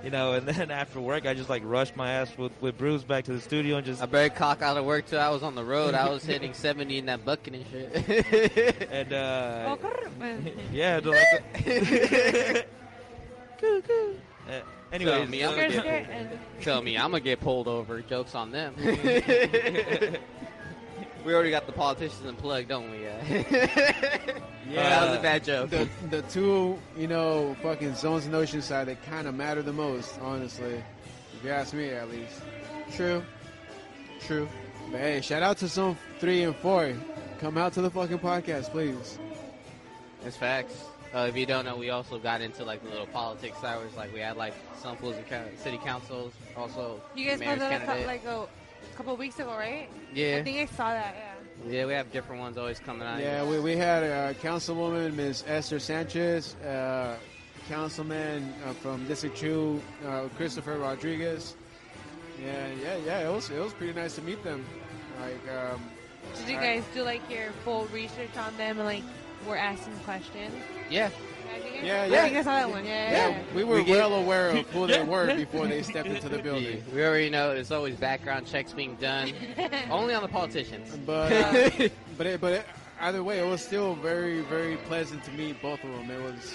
S2: you know. And then after work, I just like rushed my ass with, with Bruce back to the studio and just
S3: I better cock out of work too. I was on the road. I was hitting seventy in that bucket and shit.
S2: and uh,
S1: Here's
S2: yeah, to, like. Uh,
S3: Tell
S2: anyways,
S3: me I'm
S2: uh,
S3: a
S1: your-
S3: dick. Tell me, I'm gonna get pulled over. Jokes on them. we already got the politicians in plug, don't we? Yeah. that was a bad joke.
S4: The, the two, you know, fucking zones in Oceanside that kind of matter the most, honestly. If you ask me, at least. True. True. But hey, shout out to Zone 3 and 4. Come out to the fucking podcast, please.
S3: It's facts. Uh, if you don't know, we also got into like the little politics hours. Like we had like some fools in coun- city councils, also
S1: you guys
S3: mayor's
S1: posted that
S3: candidate.
S1: up like a couple weeks ago, right? I
S3: yeah,
S1: think I saw that, yeah.
S3: yeah, we have different ones always coming out.
S4: Yeah, we, we had uh, Councilwoman Ms. Esther Sanchez, uh, Councilman uh, from District 2, uh, Christopher Rodriguez. Yeah, yeah, yeah. It was it was pretty nice to meet them. Like, um,
S1: Did you
S4: I-
S1: guys do like your full research on them and like we're asking questions?
S3: yeah.
S1: I think I
S4: Yeah,
S1: saw-
S4: yeah.
S1: I think I saw that one. Yeah, yeah.
S4: Yeah,
S1: yeah.
S4: we were
S3: We get-
S4: well aware of who they were before they stepped into the building.
S3: We already know there's always background checks being done, only on the politicians.
S4: But uh, but it, but it, either way, it was still very very pleasant to meet both of them. It was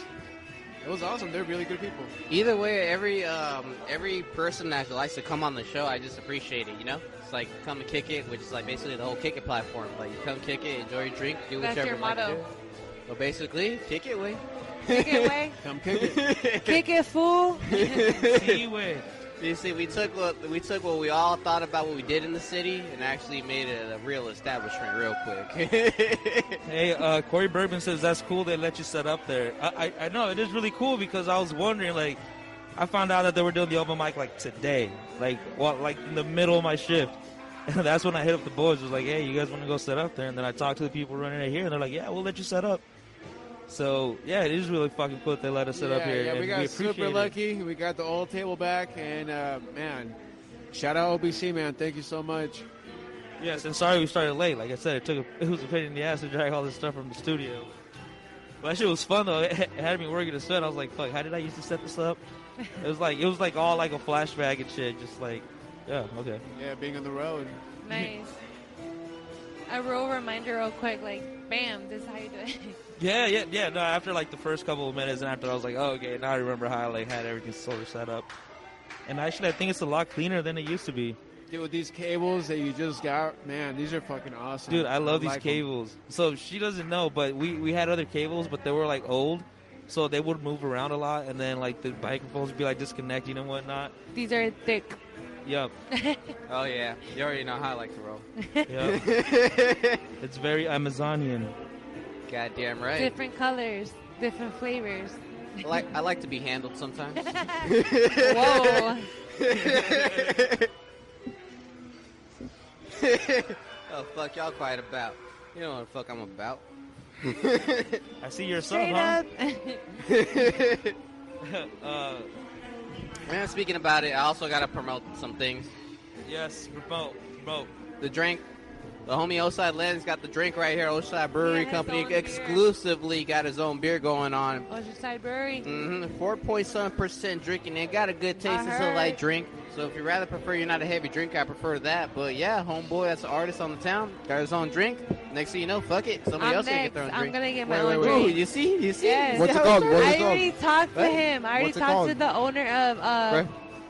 S4: it was awesome. They're really good people.
S3: Either way, every um, every person that likes to come on the show, I just appreciate it. You know, it's like come and kick it, which is like basically the whole kick it platform. Like you come kick it, enjoy your drink, do
S1: That's
S3: whatever.
S1: your
S3: you like to
S1: motto.
S3: do. Well, basically, kick it way.
S1: Kick it away.
S4: Come kick it.
S1: Kick it, fool.
S2: see where-
S3: You see, we took what we took what we all thought about what we did in the city and actually made it a real establishment real quick.
S2: Hey, uh, Corey Bergman says that's cool. They let you set up there. I, I, I know it is really cool because I was wondering, like, I found out that they were doing the open mic like today, like, well, like in the middle of my shift. And that's when I hit up the boys. Was like, hey, you guys want to go set up there? And then I talked to the people running it here, and they're like, yeah, we'll let you set up. So yeah, it is really fucking cool that they let us set up
S4: Yeah,
S2: here.
S4: Yeah,
S2: and
S4: we got
S2: appreciate
S4: super
S2: it.
S4: lucky. We got the old table back, and uh, man, shout out OBC man. Thank you so much.
S2: Yes, and sorry we started late. Like I said, it took a, it was a pain in the ass to drag all this stuff from the studio. But that shit was fun though. It it had me working the set. I was like, fuck, how did I used to set this up? It was like it was like all like a flashback and shit. Just like, yeah, okay.
S4: Yeah, being on the road.
S1: Nice. A real reminder, real quick, like, bam, this is how you do it.
S2: Yeah, yeah, yeah. No, after like the first couple of minutes, and after I was like, oh, okay, now I remember how I like had everything sort of set up. And actually, I think it's a lot cleaner than it used to be.
S4: Dude, with these cables that you just got, man, these are fucking awesome.
S2: Dude, I love these
S4: like 'em.
S2: cables. So she doesn't know, but we we had other cables, but they were like old, so they would move around a lot, and then like the microphones would be like disconnecting and whatnot.
S1: These are thick.
S2: Yep,
S3: Oh yeah, you already know how I like to roll.
S2: yep. it's very Amazonian.
S3: Goddamn right.
S1: Different colors, different flavors.
S3: I like I like to be handled sometimes.
S1: Whoa.
S3: oh fuck, y'all quiet about. You know what the fuck I'm about.
S2: I see your son,
S1: Straight
S2: huh?
S1: up.
S2: uh,
S3: Man, speaking about it, I also gotta promote some things.
S2: yes, remote, remote.
S3: The drink. The homie Oside Len's got the drink right here. Oside Brewery
S1: Yeah, his
S3: Company
S1: own beer.
S3: exclusively got his own beer going on.
S1: Oceanside Brewery.
S3: hmm 4.7% drinking. It got a good taste.
S1: I
S3: It's a
S1: heard.
S3: light drink. So if you rather prefer you're not a heavy drinker, I prefer that. But yeah, homeboy, that's an artist on the town. Got his own drink. Next thing you know, fuck it. Somebody
S1: I'm
S3: else gonna
S1: next.
S3: get their own
S1: I'm
S3: drink.
S1: gonna get my
S4: Wait,
S1: own
S4: wait,
S3: Ooh,
S1: drink.
S3: you see? You see?
S1: Yes.
S3: You see
S1: What's it
S3: how
S4: called?
S3: started?
S4: What is it
S1: I already talked to
S4: Right?
S1: him. I already
S4: What's it
S1: talked to
S4: called?
S1: the owner of uh,
S4: Right?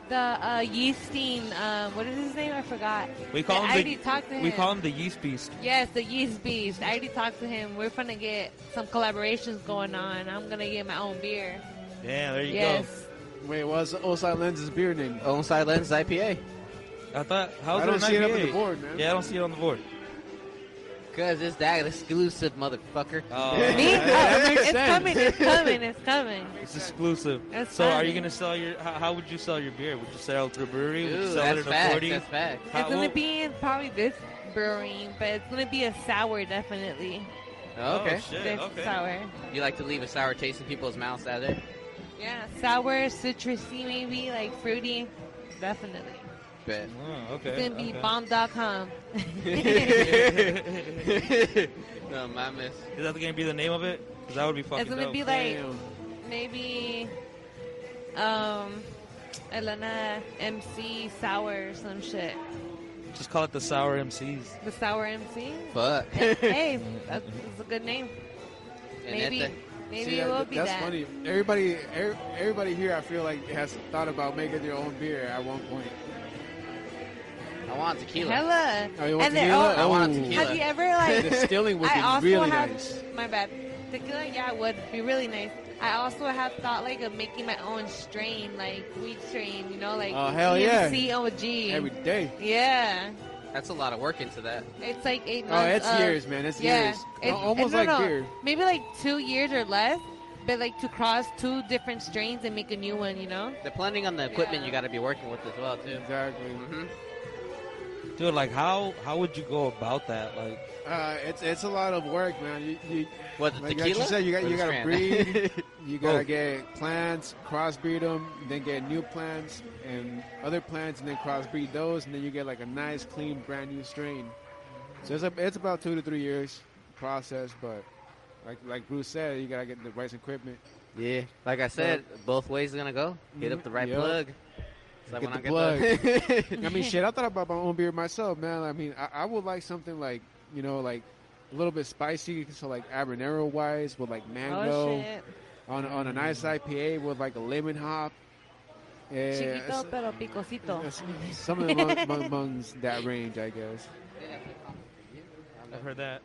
S1: the uh, yeasting. Um, what is his name? I forgot.
S2: We call
S1: I
S2: him
S1: already
S2: the
S1: talked to him.
S2: we call him the yeast beast.
S1: Yes, the yeast beast. I already talked to him. We're gonna get some collaborations going on. I'm gonna get my own beer.
S2: Yeah, there you
S1: yes.
S4: Wait, what's Osai Lens's beer name?
S3: Onside Lens IPA.
S2: go. I thought how was
S4: I
S2: it
S4: don't
S2: an
S4: see it up
S2: IPA?
S4: on the board, man.
S2: Yeah, I don't see it on the board.
S3: Because it's that exclusive motherfucker.
S2: Oh,
S1: Me?
S2: yeah,
S4: that
S1: Oh,
S4: makes
S1: it's
S4: sense.
S1: coming. It's coming. It's coming.
S2: it's exclusive.
S1: That's
S2: so, are you
S1: funny.
S2: gonna sell your? How, how would you sell your beer? Would you sell it through a brewery? would you
S3: Ooh,
S2: sell it
S3: that's
S2: in a
S3: facts.
S2: forty?
S3: That's facts.
S2: How-
S1: it's gonna
S2: what-
S1: be in probably this brewing, but it's gonna be a sour definitely.
S3: Okay.
S2: Oh, shit.
S1: This
S2: Okay.
S1: sour.
S3: you like to leave a sour taste in people's mouths out there?
S1: Yeah, sour, citrusy, maybe like fruity. Definitely.
S3: Bet.
S2: Oh, okay.
S1: It's gonna be
S2: okay.
S1: bomb.com. it's
S2: Is
S3: no, my miss.
S2: that gonna be the name of it? Because that would be fucking.
S1: gonna
S2: dope.
S1: be like maybe um Elena MC sour or some shit.
S2: Just call it the Sour MCs.
S1: The sour MC.
S3: Fuck.
S1: hey, that's, that's a good name. Maybe
S3: And
S1: maybe
S4: See,
S1: it
S4: that-
S1: will be
S4: that's
S1: that.
S4: funny. Everybody, er, everybody here, I feel like has thought about making their own beer at one point.
S3: that- I want tequila.
S1: Hella.
S4: Oh, you want
S1: and they're
S4: tequila?
S1: all
S3: I want
S4: Oh.
S3: tequila.
S1: Have you ever like?
S4: Distilling would
S1: I also
S4: be really
S1: have
S4: nice.
S1: my bad. Tequila, yeah, would be really nice. I also have thought like of making my own strain, like wheat strain, you know, like E
S4: Oh, hell yeah.
S1: EMCOG.
S4: Every day.
S1: yeah,
S3: That's a lot of work into that.
S1: it's like eight
S4: Oh,
S1: months.
S4: it's
S1: of-
S4: years, man. It's
S1: yeah,
S4: years.
S1: It's-
S4: Almost
S1: no,
S4: like
S1: no,
S4: beer.
S1: Maybe like two years or less, but like to cross two different strains and make a new one, you know.
S3: Depending on the equipment
S1: Yeah.
S3: you got to be working with as well, too.
S4: Exactly.
S3: hmm
S2: Dude, like how how would you go about that? Like,
S4: Uh, it's it's a lot of work, man. You, you
S3: What, the
S4: like, like
S3: tequila?
S4: you said, you got
S3: Or
S4: you
S3: the
S4: got to
S3: strand?
S4: breed. You gotta
S2: Both.
S4: get plants, crossbreed them, then get new plants and other plants, and then crossbreed those, and then you get like a nice, clean, brand new strain. So it's, a, it's about two to three years process, but like like Bruce said, you gotta get the right equipment.
S3: yeah. Like I said, both ways is going to go. Hit up the right
S4: Yep.
S3: plug. So
S4: Get
S3: when
S4: the
S3: I get the-
S4: I mean, shit, I thought about my own beer myself, man. I mean, I, I would like something like you know, like a little bit spicy, so like habanero wise with like mango
S1: Oh shit,
S4: on on a nice IPA with like a lemon hop. Yeah, it's-
S1: chiquito pero picosito.
S4: Yes, Some of them among, among, amongst that range, I guess.
S2: I've heard that.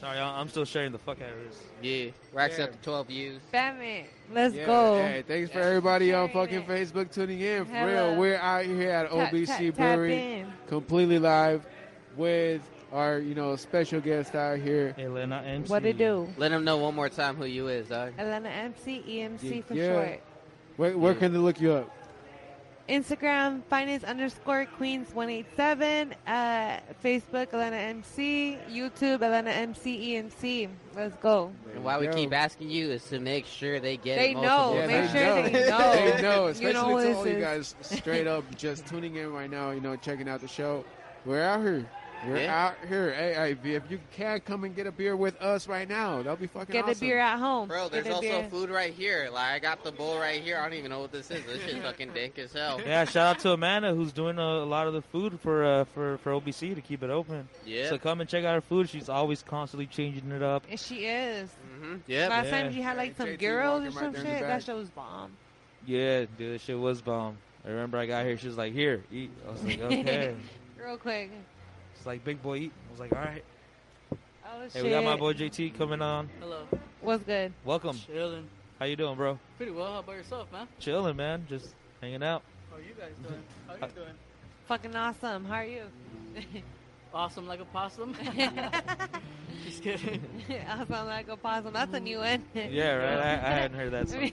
S2: Sorry, I- I'm still sharing the fuck out of this.
S3: yeah. We're actually
S4: Yeah.
S3: up to 12 views.
S1: Bam it, let's
S4: Yeah,
S1: go.
S4: Hey, thanks for everybody on fucking
S1: Sharing
S4: Facebook tuning in. For
S1: Hello.
S4: real, we're out here at
S1: Tap,
S4: OBC
S1: tap, tap
S4: Brewery,
S1: in.
S4: completely live with our you know special guest out here.
S2: Hey, Lena MC.
S1: What it do?
S3: Let them know one more time who you is, dog.
S1: Elena MC, EMC E for
S4: Yeah.
S1: short.
S4: Where, where
S3: Yeah.
S4: can they look you up?
S1: Instagram, finance underscore queens 187. Uh, Facebook, Elena MC. YouTube, Elena MC, EMC. E Let's go.
S4: There
S3: And why we
S4: you go.
S3: keep asking you is to make sure they get
S1: They
S3: it
S1: know.
S3: multiple
S1: Yeah, Oh, Make
S3: times.
S1: sure they know.
S4: They know,
S1: You
S4: especially
S1: know
S4: to
S1: this
S4: all you
S1: is-
S4: guys straight up just tuning in right now. You know, checking out the show. We're out here. You're
S3: Yeah.
S4: out here. Hey, hey, if you can come and get a beer with us right now, that'll be fucking
S1: Get
S4: awesome.
S1: a beer at home.
S3: Bro,
S1: Get
S3: there's
S1: a
S3: also
S1: beer.
S3: food right here. Like, I got the bowl right here. I don't even know what this is. This shit's fucking dank as hell.
S2: Yeah, shout out to Amanda who's doing a, a lot of the food for uh, for for OBC to keep it open.
S3: Yeah.
S2: So come and check out her food. She's always constantly changing it up.
S1: And she is.
S3: hmm Yeah.
S1: Last
S2: yeah.
S1: time she had like
S4: Hey,
S1: some
S4: JT
S1: girls
S4: walking
S1: or
S4: right
S1: some
S4: there in the
S1: shit.
S4: back.
S1: That show was bomb.
S2: Yeah, dude, that shit was bomb. I remember I got here. She was like, "Here, eat." I was like, "Okay."
S1: Real quick.
S2: She's like, "Big boy, eat." I was like, "All right."
S1: Oh,
S2: Hey,
S1: shit.
S2: we got my boy JT coming on.
S5: Hello.
S1: What's good?
S2: Welcome.
S5: Chilling.
S2: How you doing, bro?
S5: Pretty well. How about yourself, man?
S2: Chilling, man. Just hanging out.
S5: How are you guys doing? How are you doing?
S1: Fucking awesome. How are you?
S5: Awesome like a possum. Just kidding.
S1: awesome like a possum. That's a new one.
S2: Yeah, right. I, I hadn't heard that. Song.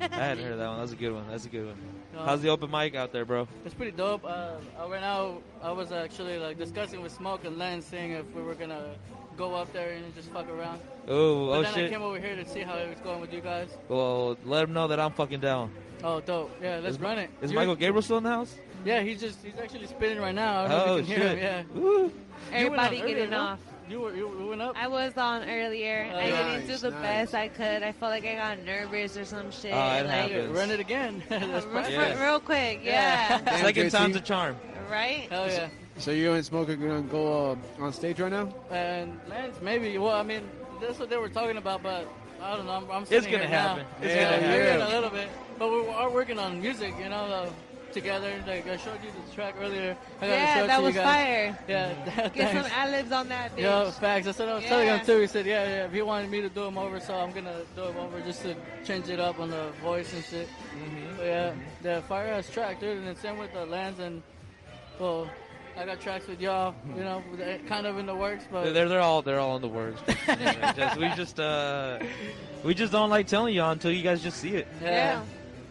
S2: I hadn't heard that one. That's a good one. That's a good one.
S5: No,
S2: How's the open mic out there, bro?
S5: It's pretty dope. Uh, uh, right now, I was actually like discussing with Smoke and Len, seeing if we were gonna go up there and just fuck around.
S2: Oh,
S5: But
S2: oh
S5: then I
S2: shit.
S5: came over here to see how it was going with you guys.
S2: Well, let him know that I'm fucking down.
S5: Oh, dope. Yeah, let's
S2: Is-
S5: run it.
S2: Is
S5: You're-
S2: Michael Gabriel still in the house?
S5: Yeah, he's just he's actually spinning right now. I don't know
S2: Oh
S5: if you
S2: shit.
S5: can hear him.
S2: Woo.
S5: Yeah. You went
S1: Everybody
S5: up earlier,
S1: getting
S5: no? Oh,
S1: off.
S5: You were you were- went up.
S1: I was on earlier. I didn't do
S4: Nice,
S1: the
S4: nice.
S1: best I could. I felt like I got nervous or some shit.
S2: Oh, it
S1: like,
S2: happens.
S5: Run it again. That's
S1: real,
S5: practice.
S2: Yeah.
S1: real quick, yeah.
S5: Yeah.
S2: Second
S4: JT.
S2: time's a charm.
S1: right?
S5: Hell yeah.
S4: So you and Smoker gonna go um, on stage right now?
S5: And Lance, maybe. Well, I mean, that's what they were talking about, but I don't know. I'm, I'm
S2: It's
S5: sitting here
S2: gonna
S5: now.
S2: happen. It's
S5: yeah,
S4: gonna
S5: maybe
S4: happen.
S5: in a little bit. But we are working on music, you know, uh, together. Like I showed you the track earlier. I gotta show
S1: Yeah,
S5: it
S1: that
S5: to
S1: was
S5: you guys.
S1: fire.
S5: Yeah,
S1: Get
S5: thanks.
S1: some ad-libs on that bitch.
S5: Yeah, facts. I said I was telling
S1: Yeah.
S5: him too. He said, yeah, yeah. If he wanted me to do him over, so I'm gonna do him over just to change it up on the voice and shit.
S2: Mm-hmm.
S5: But yeah, the firehouse track, dude, and then same with the lands and well, I got tracks with y'all. You know, they're kind of in the works, but
S2: Hmm. They're they're all they're all in the words. Just- we just uh, we just don't like telling y'all until you guys just see it.
S5: yeah.
S1: Yeah.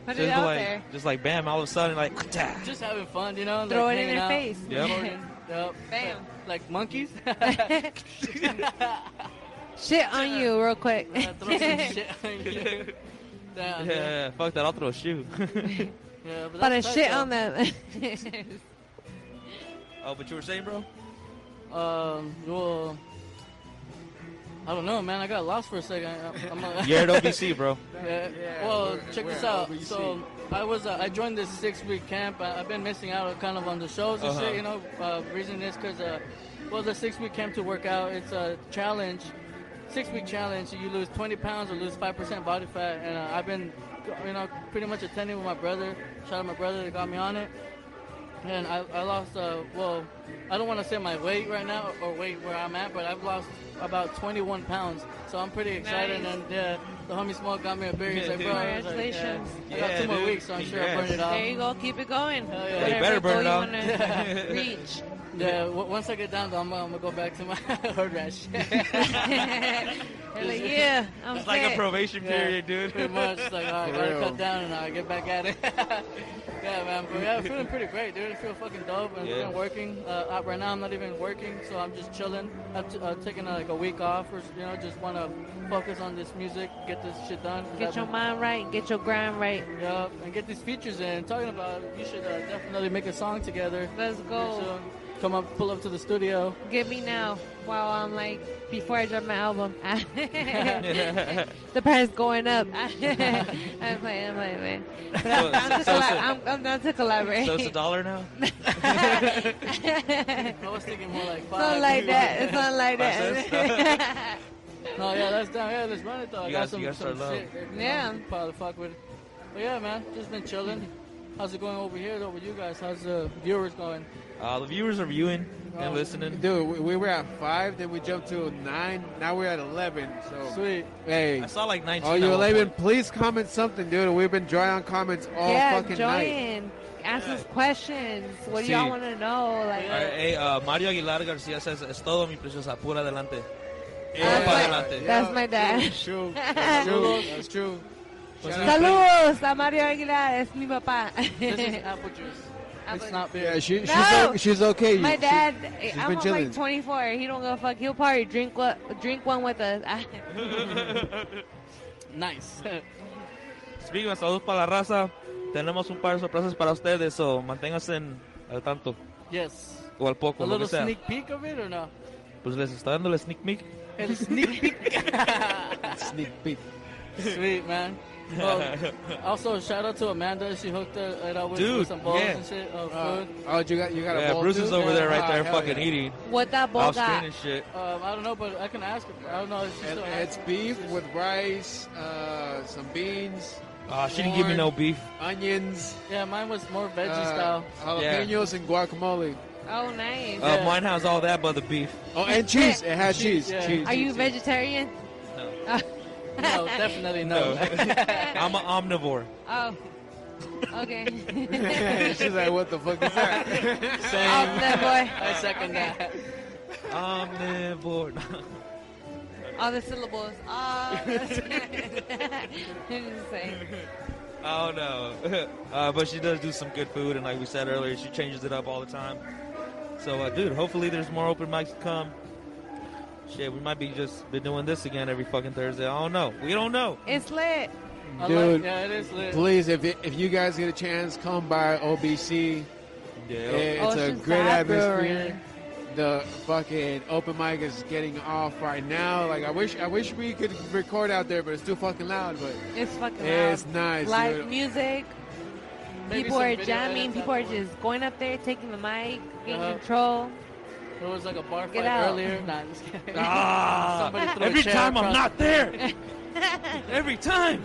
S1: Put it
S2: Just
S1: out
S2: like
S1: there.
S2: just like bam, all of a sudden like "Kata."
S5: Just having fun, you know. like
S1: Throw it in
S5: hanging
S1: their
S5: out.
S1: face.
S2: Yep.
S5: Yep.
S1: Bam.
S5: Like monkeys.
S1: shit on you real quick.
S5: Uh, throw some shit on you. Damn, yeah.
S2: yeah, fuck that. I'll throw a shoe.
S5: Yeah, but
S1: But a
S5: that's tight,
S1: shit
S5: though.
S1: on them.
S2: oh, but you were saying, bro?
S5: Um, well, I don't know, man. I got lost for a second. I, I'm a,
S2: You're at OBC, bro.
S5: yeah.
S4: Yeah,
S5: Uh, Well,
S4: we're-
S5: check
S4: we're
S5: this
S4: at
S5: out.
S4: OBC.
S5: So I was uh, I joined this six week camp. I, I've been missing out on kind of on the shows and
S2: Uh-huh.
S5: shit. You know, uh, reason is because uh, well, the six week camp to work out. It's a challenge, six week challenge. You lose 20 pounds or lose five percent body fat. And uh, I've been, you know, pretty much attending with my brother. Shout out my brother that got me on it. And I, I lost, uh, well, I don't want to say my weight right now or weight where I'm at, but I've lost about 21 pounds. So I'm pretty excited.
S1: Nice.
S5: And uh, the homie Smoke got me a beer. He's like, bro, I was like,
S1: Congratulations.
S5: yeah. I got
S2: Yeah,
S5: two more
S2: dude.
S5: weeks, so I'm sure I'll burn
S2: Congrats.
S5: it off.
S1: there you go. Keep it going.
S5: Um, Hell yeah.
S2: They better
S1: Whatever
S2: burn it
S1: goal
S2: off.
S1: you wanna reach.
S5: Yeah, w- once I get down, though, I'm, I'm going to go back to my hard rash.
S1: They're like, yeah, I'm
S2: It's like a
S1: fit."
S2: probation
S5: Yeah,
S2: period,
S5: Pretty
S2: dude.
S5: much, like, all right,
S4: For
S5: gotta
S4: real.
S5: cut down and I get back at it. yeah, man, but yeah, I'm feeling pretty great, dude. I feel fucking dope. And
S2: Yeah.
S5: been working. Uh, uh, right now, I'm not even working, so I'm just chilling. I'm t- uh, taking uh, like a week off, or s- you know, just want to focus on this music, get this shit done. 'cause I've
S1: Get your
S5: been-
S1: mind right. Get your grind right.
S5: Yup, and get these features in. Talking about, it, you should uh, definitely make a song together.
S1: Let's go.
S5: Soon. Come up, pull up to the studio.
S1: Get me now while I'm like before I drop my album. the price going up. I'm playing. I'm playing, man. But I'm down to,
S2: So- so-
S1: collab- I'm, I'm down to collaborate.
S2: so it's a dollar now.
S5: I was thinking more like five.
S1: Something like
S5: dude.
S1: that. It's not like that.
S5: No, yeah, that's down. Yeah, let's run it though. I
S2: You
S5: got
S2: guys-
S5: some,
S2: you guys
S5: some
S2: are low.
S5: shit. that, you know,
S1: Yeah.
S5: I'm Proud to fuck with. But yeah, man, just been chilling. How's it going over here though with you guys? How's the viewers going?
S2: Uh, the viewers are viewing
S5: Oh.
S2: and listening.
S4: Dude, we, we were at five, then we jumped to nine. Now we're at eleven. So
S5: Sweet.
S4: hey,
S2: I saw like 19.
S4: oh, you
S2: at one
S4: eleven?
S2: point.
S4: Please comment something, dude. We've been dry on comments all
S1: yeah,
S4: fucking night.
S1: join. Ask us questions. What do y'all
S2: See.
S1: want to know? Like,
S2: All right, hey, uh, Mario Aguilar Garcia says, "Es todo mi preciosa, pura adelante."
S1: Yeah.
S2: Pura pa' adelante.
S1: That's my dad.
S4: That's true. That's true. That's true.
S2: What's
S4: Shout out.
S1: saludos a Mario Aguilar. Es mi papá.
S5: This is apple juice.
S2: uh,
S5: It's not beer.
S4: Yeah, she, she's,
S1: No!
S4: o- she's okay.
S1: My
S4: She-
S1: dad, eh,
S4: she's
S1: I'm
S4: been
S1: on
S4: chilling.
S1: like 24. He don't give a fuck. He'll probably drink what, drink one with us.
S5: Nice.
S2: Speaking of saludos para la raza, tenemos un par de sorpresas para ustedes, so manténganse en- al tanto.
S5: yes.
S2: o al poco,
S5: A
S2: lo que
S5: little
S2: sea.
S5: sneak peek of it or no?
S2: Pues les está dando la sneak peek.
S5: El sneak peek.
S4: Sneak peek.
S5: Sweet man. Well, also shout out to Amanda. She hooked it it up with,
S2: Dude,
S5: with some balls
S2: yeah.
S5: and shit of
S4: Uh,
S5: food.
S4: oh, you got you got a
S2: Yeah,
S4: bowl
S2: Bruce
S4: too?
S2: is over there right
S4: Oh,
S2: there
S4: hell
S2: fucking
S4: yeah.
S2: eating.
S1: What that bowl
S2: Off screen
S1: got?
S2: and shit.
S5: Um, I don't know, but I can ask her. I don't know. If she's
S4: And
S5: still
S4: it's
S5: active.
S4: beef with rice, uh, some beans,
S2: Ah, she didn't give me no
S4: corn,
S2: beef.
S4: onions,
S5: Yeah, mine was more veggie
S4: uh,
S5: style.
S4: jalapenos, and guacamole.
S1: Oh, nice.
S2: Uh,
S5: Yeah.
S2: mine has all that but the beef.
S4: Oh, and cheese. It had
S5: Cheese,
S4: cheese.
S5: yeah.
S4: cheese.
S1: Are you
S4: cheese.
S1: vegetarian?
S2: No.
S5: No, definitely no.
S2: No. I'm an omnivore.
S1: oh. Okay.
S4: She's like, what the fuck is that?
S5: Same.
S1: Off that
S5: I second that.
S2: Omnivore.
S1: boy. All the syllables. Oh, just saying.
S2: Oh no. uh, but she does do some good food, and like we said earlier, she changes it up all the time. So, uh, dude, hopefully there's more open mics to come. Shit, we might be just been doing this again every fucking Thursday. I don't know. We don't know.
S1: It's lit.
S5: I
S4: Dude.
S5: Like, yeah, it is lit.
S4: Please, if, it, if you guys get a chance, come by OBC.
S2: Yeah.
S4: It- It's a
S1: Oceanside
S4: great
S1: Brewery.
S4: atmosphere. The fucking open mic is getting off right now. Like I wish, I wish we could record out there, but it's too fucking loud. But
S1: It's fucking
S4: It's
S1: loud.
S4: nice,
S1: Live
S4: dude.
S1: music.
S5: Maybe
S1: people
S5: some
S1: are
S5: video
S1: jamming.
S5: edits
S1: People are
S5: afterwards.
S1: just going up there, taking the mic, getting
S5: Uh-huh.
S1: control.
S5: There was like a bar
S1: Get
S5: fight
S1: out.
S5: earlier. Nah, I'm just kidding.
S2: Ah,
S5: Somebody threw a
S2: every
S5: chair
S2: time I'm
S5: across-
S2: not there. every time.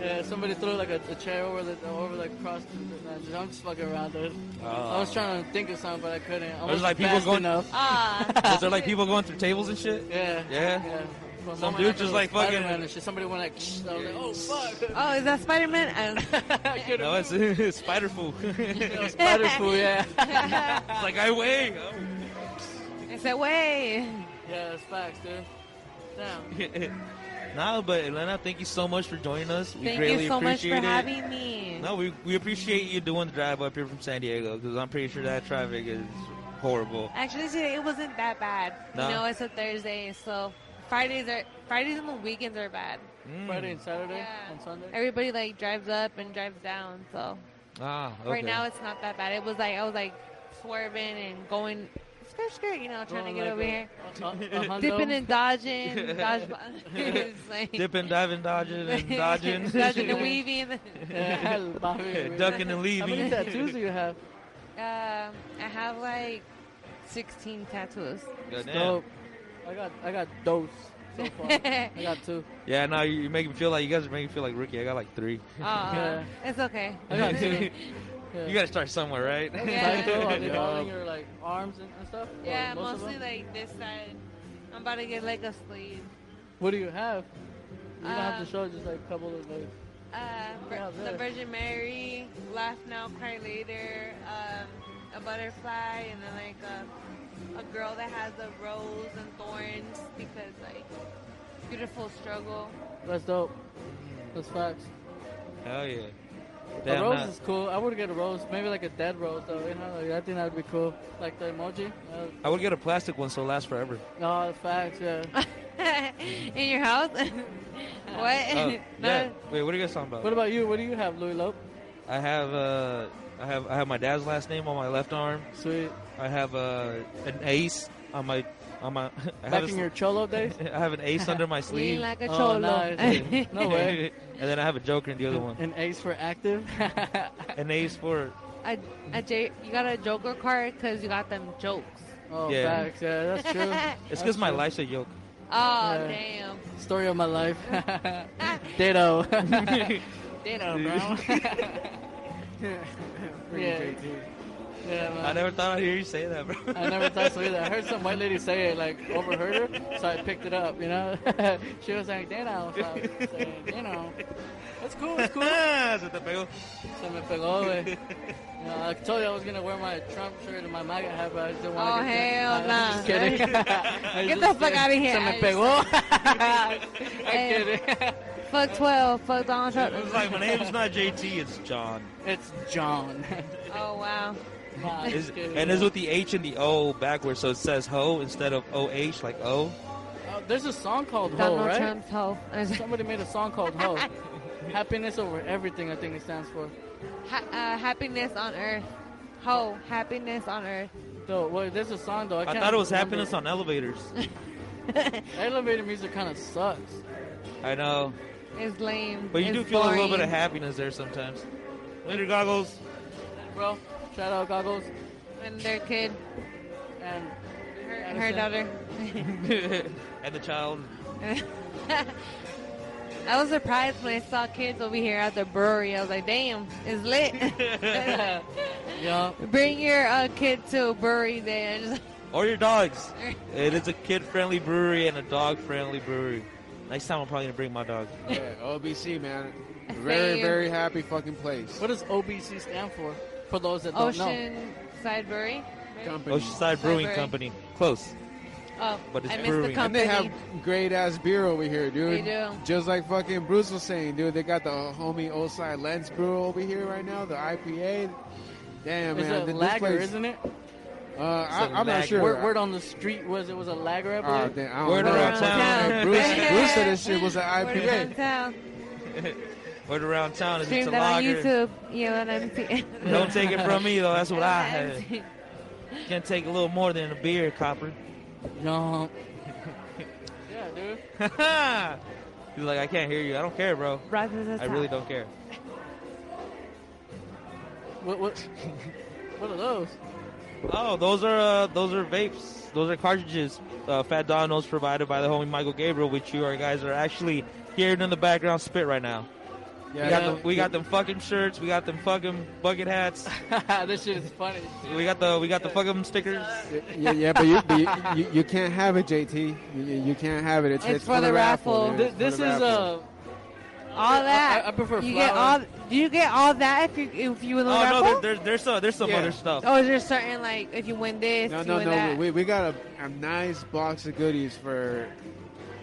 S5: Yeah, somebody threw like a, a chair over the over like across. The, nah, just- I'm just fucking around. Dude. I was trying to think of something, but I couldn't. I was
S2: Uh. like
S5: like
S2: people
S5: fast
S2: going-
S5: enough.
S1: Ah.
S2: Is there like people going through tables and shit?
S5: Yeah.
S2: Yeah.
S5: But
S2: Some
S5: mama
S2: dude
S5: had
S2: just,
S5: to
S2: like, fucking-
S5: Spider-Man and shit. Somebody went like, I was like, oh fuck.
S1: Oh, is that Spider Man?
S5: I could've-
S2: No, it's, it's spider food.
S5: It was
S2: it's
S5: spider food, yeah.
S2: like I weigh. Oh.
S1: it's a way.
S5: yeah, it's facts, dude. Damn.
S2: Hmm. no, but Elena, thank you so much for joining us. We
S1: Thank
S2: greatly
S1: you so much for
S2: appreciate it.
S1: having me.
S2: No, we, we appreciate you doing the drive up here from San Diego because I'm pretty sure that traffic is horrible.
S1: Actually, today it wasn't that bad.
S2: No.
S1: You know, it's a Thursday, so Fridays are Fridays and the weekends are bad.
S2: Mm.
S5: Friday and Saturday
S1: Yeah.
S5: and Sunday.
S1: Everybody like drives up and drives down. So
S2: Ah, okay.
S1: right now it's not that bad. It was like I was like swerving and going skirt skirt, you know, trying
S5: Going
S1: to get
S5: like
S1: over
S5: a-
S1: here,
S5: a- a- a hundo.
S1: dipping and dodging, dodge. it's like-
S2: dipping, diving, dodging, and dodging,
S1: dodging and weaving. Um,
S5: Yeah, Bobby.
S2: ducking and
S5: How many
S2: leaving.
S5: tattoos do you have?
S1: Um, I have like 16 tattoos.
S2: Goddamn.
S5: Dope. I got I got those so far. I got two.
S2: Yeah, no, you, you make me feel like you guys are making me feel like Ricky. I got like three.
S1: Uh, it's okay.
S5: I got two. Yeah.
S2: You got to start somewhere, right?
S1: Yeah.
S5: Tattoo, are they
S4: Yeah.
S5: all in your like arms and, and stuff? Or
S1: Yeah,
S5: most of
S1: mostly
S5: them?
S1: like this side. I'm about to get like a sleeve.
S5: What do you have? You don't have
S1: Um,
S5: to show just like a couple of like.
S1: Uh, Vir-
S5: Oh, Yeah,
S1: the
S5: there.
S1: Virgin Mary, laugh now, cry later. Um, a butterfly, and then like a, a girl that has a rose and thorns because like beautiful struggle.
S5: That's dope. That's facts.
S2: Hell yeah.
S5: a
S2: Damn,
S5: rose
S2: nah.
S5: is cool. I would get a rose, maybe like a dead rose though. You know, like, I think that would be cool. Like the emoji. Uh,
S2: I would get a plastic one so it lasts forever.
S5: no, that's facts. Yeah.
S1: In your house? what?
S2: Oh,
S1: No.
S2: yeah. Wait, what are you guys talking about?
S5: what about you? What do you have, Louis Lope?
S2: I have uh, I have I have my dad's last name on my left arm.
S5: Sweet.
S2: I have uh, an ace on my on my. I have,
S5: Back
S2: a
S5: in
S2: sl-
S5: your cholo days.
S2: I have an ace under my
S1: Lean
S2: sleeve,
S1: like a
S5: Oh,
S1: cholo.
S5: nice. No way.
S2: and then I have a joker in the other one.
S5: An ace for active.
S2: An ace for
S1: a, a J- you got a joker card because you got them jokes.
S5: oh,
S2: Yeah.
S5: facts. Yeah, that's true.
S2: it's
S5: That's
S2: because my
S5: true.
S2: life's a joke.
S1: Oh
S5: Yeah.
S1: damn!
S5: Story of my life. Ditto.
S1: Ditto,
S5: Yeah.
S4: Pretty JT.
S5: yeah,
S2: I
S5: man.
S2: never thought I'd hear you say that, bro.
S5: I never thought so either. I heard some white lady say it, like overheard her, so I picked it up. You know, she was like, "Ditto," so I was saying, "Ditto." That's cool. That's cool.
S2: Ah, Se te pegó.
S5: Se me pegó, güey. You know, I told you I was gonna wear my Trump shirt and my MAGA hat, but I just didn't want
S1: Oh,
S5: to get
S1: hell
S5: that.
S1: nah.
S5: I'm just kidding. I
S1: Get
S5: just-
S1: the fuck outta here.
S5: Se me
S1: I-
S5: pegó.
S1: Hey.
S5: I'm kidding.
S1: Fuck twelve. Fuck Donald Trump.
S2: It was like my name's not JT, it's John.
S5: It's John.
S1: Oh wow.
S5: Nah, I'm
S2: It's-
S5: just kidding.
S2: and it's with the H and the O backwards, so it says ho instead of O H, like O.
S5: Oh, there's a song called Ho,
S1: Donald
S5: right?
S1: Trump's hoe.
S5: Somebody made a song called Ho. Happiness over everything, I think it stands for.
S1: Ha- uh, happiness on earth. Ho, happiness on earth.
S5: So, well, there's a song though. I,
S2: I
S5: can't
S2: thought it was
S5: remember.
S2: happiness on elevators.
S5: Elevator music kind of sucks.
S2: I know.
S1: It's lame.
S2: But you
S1: It's
S2: do feel a little bit
S1: boring.
S2: of happiness there sometimes. Later, goggles.
S5: Bro, shout out goggles
S1: And their kid,
S5: and
S1: her,
S5: I
S1: her
S5: understand.
S1: daughter.
S2: and the child.
S1: I was surprised when I saw kids over here at the brewery. I was like, damn, it's lit.
S5: yeah.
S1: Bring your uh, kid to a brewery day. I just-
S2: Or your dogs. It is a kid friendly brewery and a dog friendly brewery. Next time I'm probably gonna bring my dog.
S4: Yeah, OBC, man. Very,
S1: Same.
S4: very happy fucking place.
S5: What does OBC stand for? For those that
S2: Oh,
S5: don't know.
S1: Ocean Side Brewery. right?
S4: company.
S2: Oceanside Brewing
S1: Brewery.
S2: Company. Close.
S1: Oh,
S2: But it's
S1: I missed
S2: brewing.
S1: the
S4: And
S1: company.
S4: they have great ass beer over here, dude.
S1: They do.
S4: Just like fucking Bruce was saying, dude. They got the homie Old Side Lens Brew over here right now, the IPA. Damn,
S5: It's
S4: man.
S5: a
S4: th- this
S5: lager,
S4: place-
S5: isn't it?
S4: Uh, I,
S2: It's a
S4: I'm not
S2: lager.
S4: sure.
S5: Word, word on the street was it was a lager, I
S4: Ah,
S5: believe.
S4: damn, I don't
S2: Word
S4: know.
S2: around town.
S4: Hey, Bruce, Bruce said this shit was an
S1: Word around
S4: IPA.
S1: town.
S2: Word around town is it's a
S1: Stream that on
S2: lager.
S1: YouTube. You know what I'm saying?
S2: Don't take it from me though, that's what I had. Can take a little more than a beer, copper.
S5: No. yeah, dude.
S2: He's like, I can't hear you. I don't care, bro. I really don't care.
S5: What what? what are those?
S2: Oh, those are uh, those are vapes. Those are cartridges. Uh, Fat Domino's provided by the homie Michael Gabriel, which you are guys are actually hearing in the background spit right now. We got them. We got them fucking shirts. We got them fucking bucket hats.
S5: this shit is funny.
S2: We got the we got the fucking stickers.
S4: Yeah, yeah but, you, but you, you, you can't have it, JT. You, you you can't have it. It's,
S1: It's for the raffle.
S4: man.
S5: This,
S4: It's for
S5: this
S4: the
S5: is
S4: raffle.
S5: uh
S1: All that.
S5: I- I prefer
S1: you get all.
S5: flour.
S1: Do you get all that if you if you win the
S2: Oh
S1: raffle?
S2: no, there, there, there's some there's some
S4: Yeah.
S2: other stuff.
S1: oh, is there certain like if you win this,
S4: No,
S1: you
S4: no,
S1: win
S4: no.
S1: that?
S4: We, we got a, a nice box of goodies for,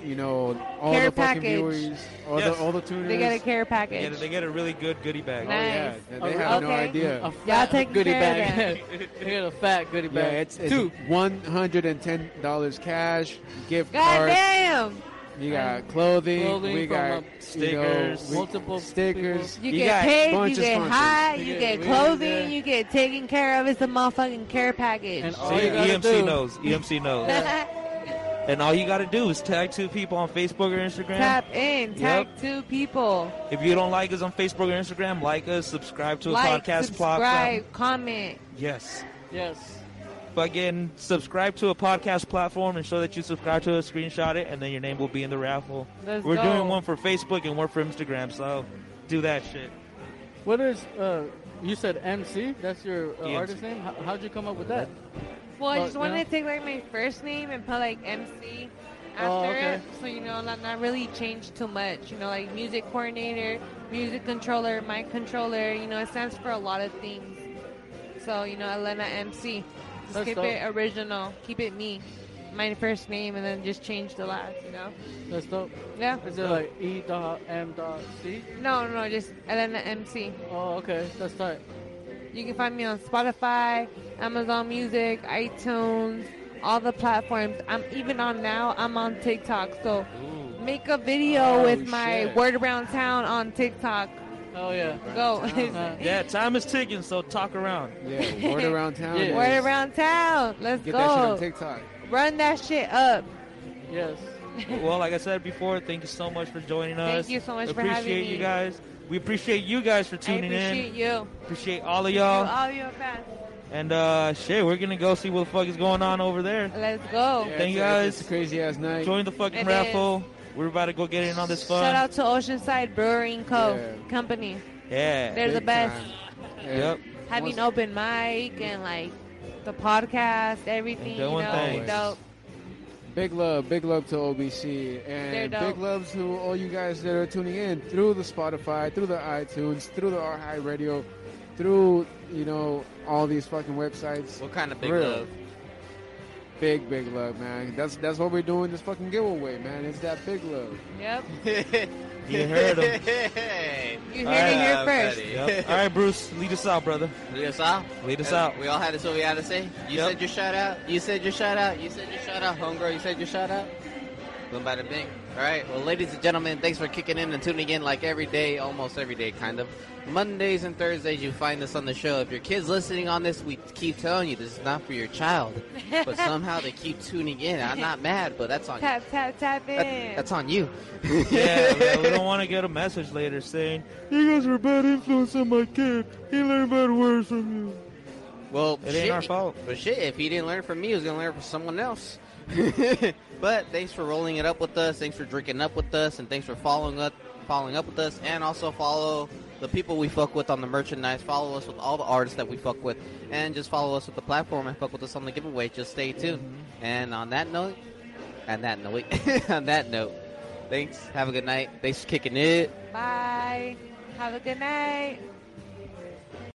S4: you know, all
S1: Care
S4: the fucking
S1: package.
S4: viewers, all
S2: Yes.
S4: the all the tuners.
S1: they get a care
S2: They get, a-
S1: package.
S2: they get a really good goodie bag.
S4: Oh, yeah,
S1: Nice.
S4: they,
S5: Okay.
S4: they have no
S1: Okay.
S5: a
S4: idea.
S5: fat
S1: taking
S5: goodie
S1: care of
S5: bag. you get a fat goodie
S4: Yeah,
S5: bag.
S4: it's,
S5: two.
S4: it's one hundred and ten dollars cash, gift
S1: God
S4: cards.
S1: damn!
S4: You got clothing.
S5: Clothing
S4: we
S5: from
S4: got
S5: a-
S4: you know,
S2: Stickers.
S4: we-
S5: Multiple
S4: stickers.
S1: You,
S2: You
S1: get
S2: got
S1: paid, you
S4: bunch of
S1: get
S4: sponsors.
S1: hot,
S5: You
S1: you
S5: get
S1: get
S5: weed, yeah.
S1: clothing, you get taken care of. It's a motherfucking care package.
S5: And all
S2: See,
S5: you gotta
S2: EMC
S5: do-
S2: knows. EMC knows.
S1: tap
S2: And all you got to do is tag two people on Facebook or Instagram.
S1: in,
S2: Yep.
S1: tag two people,
S2: If you don't like us on Facebook or Instagram, like us, subscribe to a
S1: like,
S2: podcast
S1: subscribe,
S2: platform.
S1: comment.
S2: Yes.
S5: Yes.
S2: Fucking subscribe to a podcast platform and show that you subscribe to us, screenshot it, and then your name will be in the raffle.
S1: Let's
S2: We're
S1: go.
S2: doing one for Facebook and one for Instagram, so do that shit.
S5: What is uh? You said MC. That's your uh,
S2: EMC.
S5: artist name. How, how'd you come up with that?
S1: Well, I
S5: Oh,
S1: just wanted
S5: yeah.
S1: to take like my first name and put like MC after
S5: Oh, okay.
S1: it, so you know, not, not really change too much. You know, like music coordinator, music controller, mic controller. You know, it stands for a lot of things. So you know, Elena MC. Just
S5: That's
S1: keep
S5: dope.
S1: it original. Keep it me, my first name, and then just change the last. You know,
S5: That's dope.
S1: yeah.
S5: Is it like E dot M dot C?
S1: No, no, just Elena MC.
S5: Oh, okay. That's tight.
S1: You can find me on Spotify, Amazon Music, iTunes, all the platforms. I'm even on now. I'm on TikTok. So make a video
S4: Oh,
S1: with my
S4: shit.
S1: word around town on TikTok.
S5: Oh yeah.
S1: Go.
S5: Uh,
S2: Yeah, time is ticking, so talk around.
S4: Yeah, word around town.
S5: Yeah.
S4: is-
S1: word around town. Let's
S4: Get
S1: go.
S4: that shit on TikTok.
S1: Run that shit up.
S5: yes.
S2: well, like I said before, thank you so much for joining
S1: Thank
S2: us.
S1: you so much for
S2: appreciate
S1: having
S2: you
S1: me.
S2: guys. We appreciate you guys for tuning
S1: I appreciate
S2: in.
S1: you.
S2: Appreciate all of
S1: You,
S2: y'all.
S1: all your fans.
S2: And uh shit, we're gonna go see what the fuck is going on over there.
S1: Let's go.
S4: Yeah,
S2: Thank you,
S4: it's a-
S2: guys.
S4: It's a crazy ass night.
S2: Join the fucking
S1: It
S2: raffle. We're about to go get in on this fun.
S1: Shout out to Oceanside Brewing Co.
S4: Yeah.
S1: Company.
S2: Yeah.
S1: They're the
S4: Big
S1: best.
S4: time. Yeah.
S2: Yep.
S1: having
S4: Once-
S1: open mic and like the podcast, everything. You
S2: doing
S1: know,
S2: things.
S1: dope.
S4: Big love, big love to OBC,
S1: They're
S4: and
S1: dope.
S4: big love to all you guys that are tuning in through the Spotify, through the iTunes, through the R High Radio, through you know all these fucking websites.
S3: What kind of big
S4: Real.
S3: love?
S4: Big big love, man. That's that's what we're doing this fucking giveaway, man. It's that big love.
S1: Yep.
S2: You heard him.
S1: You heard
S2: All right.
S1: it here first.
S2: Yep. All right, Bruce, lead us out, brother.
S3: Lead us out.
S2: Lead us
S3: And
S2: out.
S3: We all had this what we had to say. You
S2: Yep.
S3: said your shout out. You said your shout out. You said your shout out, homegirl. You said your shout out. Boom, bada bing. All right. Well, ladies and gentlemen, thanks for kicking in and tuning in like every day, almost every day, kind of. Mondays and Thursdays, you find us on the show. If your kid's listening on this, we keep telling you this is not for your child. But somehow they keep tuning in. I'm not mad, but that's on you.
S1: Tap, tap, tap in.
S3: That, that's on you.
S2: yeah, man, we don't want to get a message later saying you guys were a bad influence on my kid. He learned bad words from you.
S3: Well,
S2: It ain't
S3: shit,
S2: our fault.
S3: But shit, if he didn't learn from me, he was gonna learn from someone else. but thanks for rolling it up with us. Thanks for drinking up with us, and thanks for following up, following up with us, and also follow the people we fuck with on the merchandise. Follow us with all the artists that we fuck with, and just follow us with the platform and fuck with us on the giveaway. Just stay tuned. And on that note, on that note, on that note, thanks. Have a good night. Thanks for kicking it.
S1: Bye. Have a good night.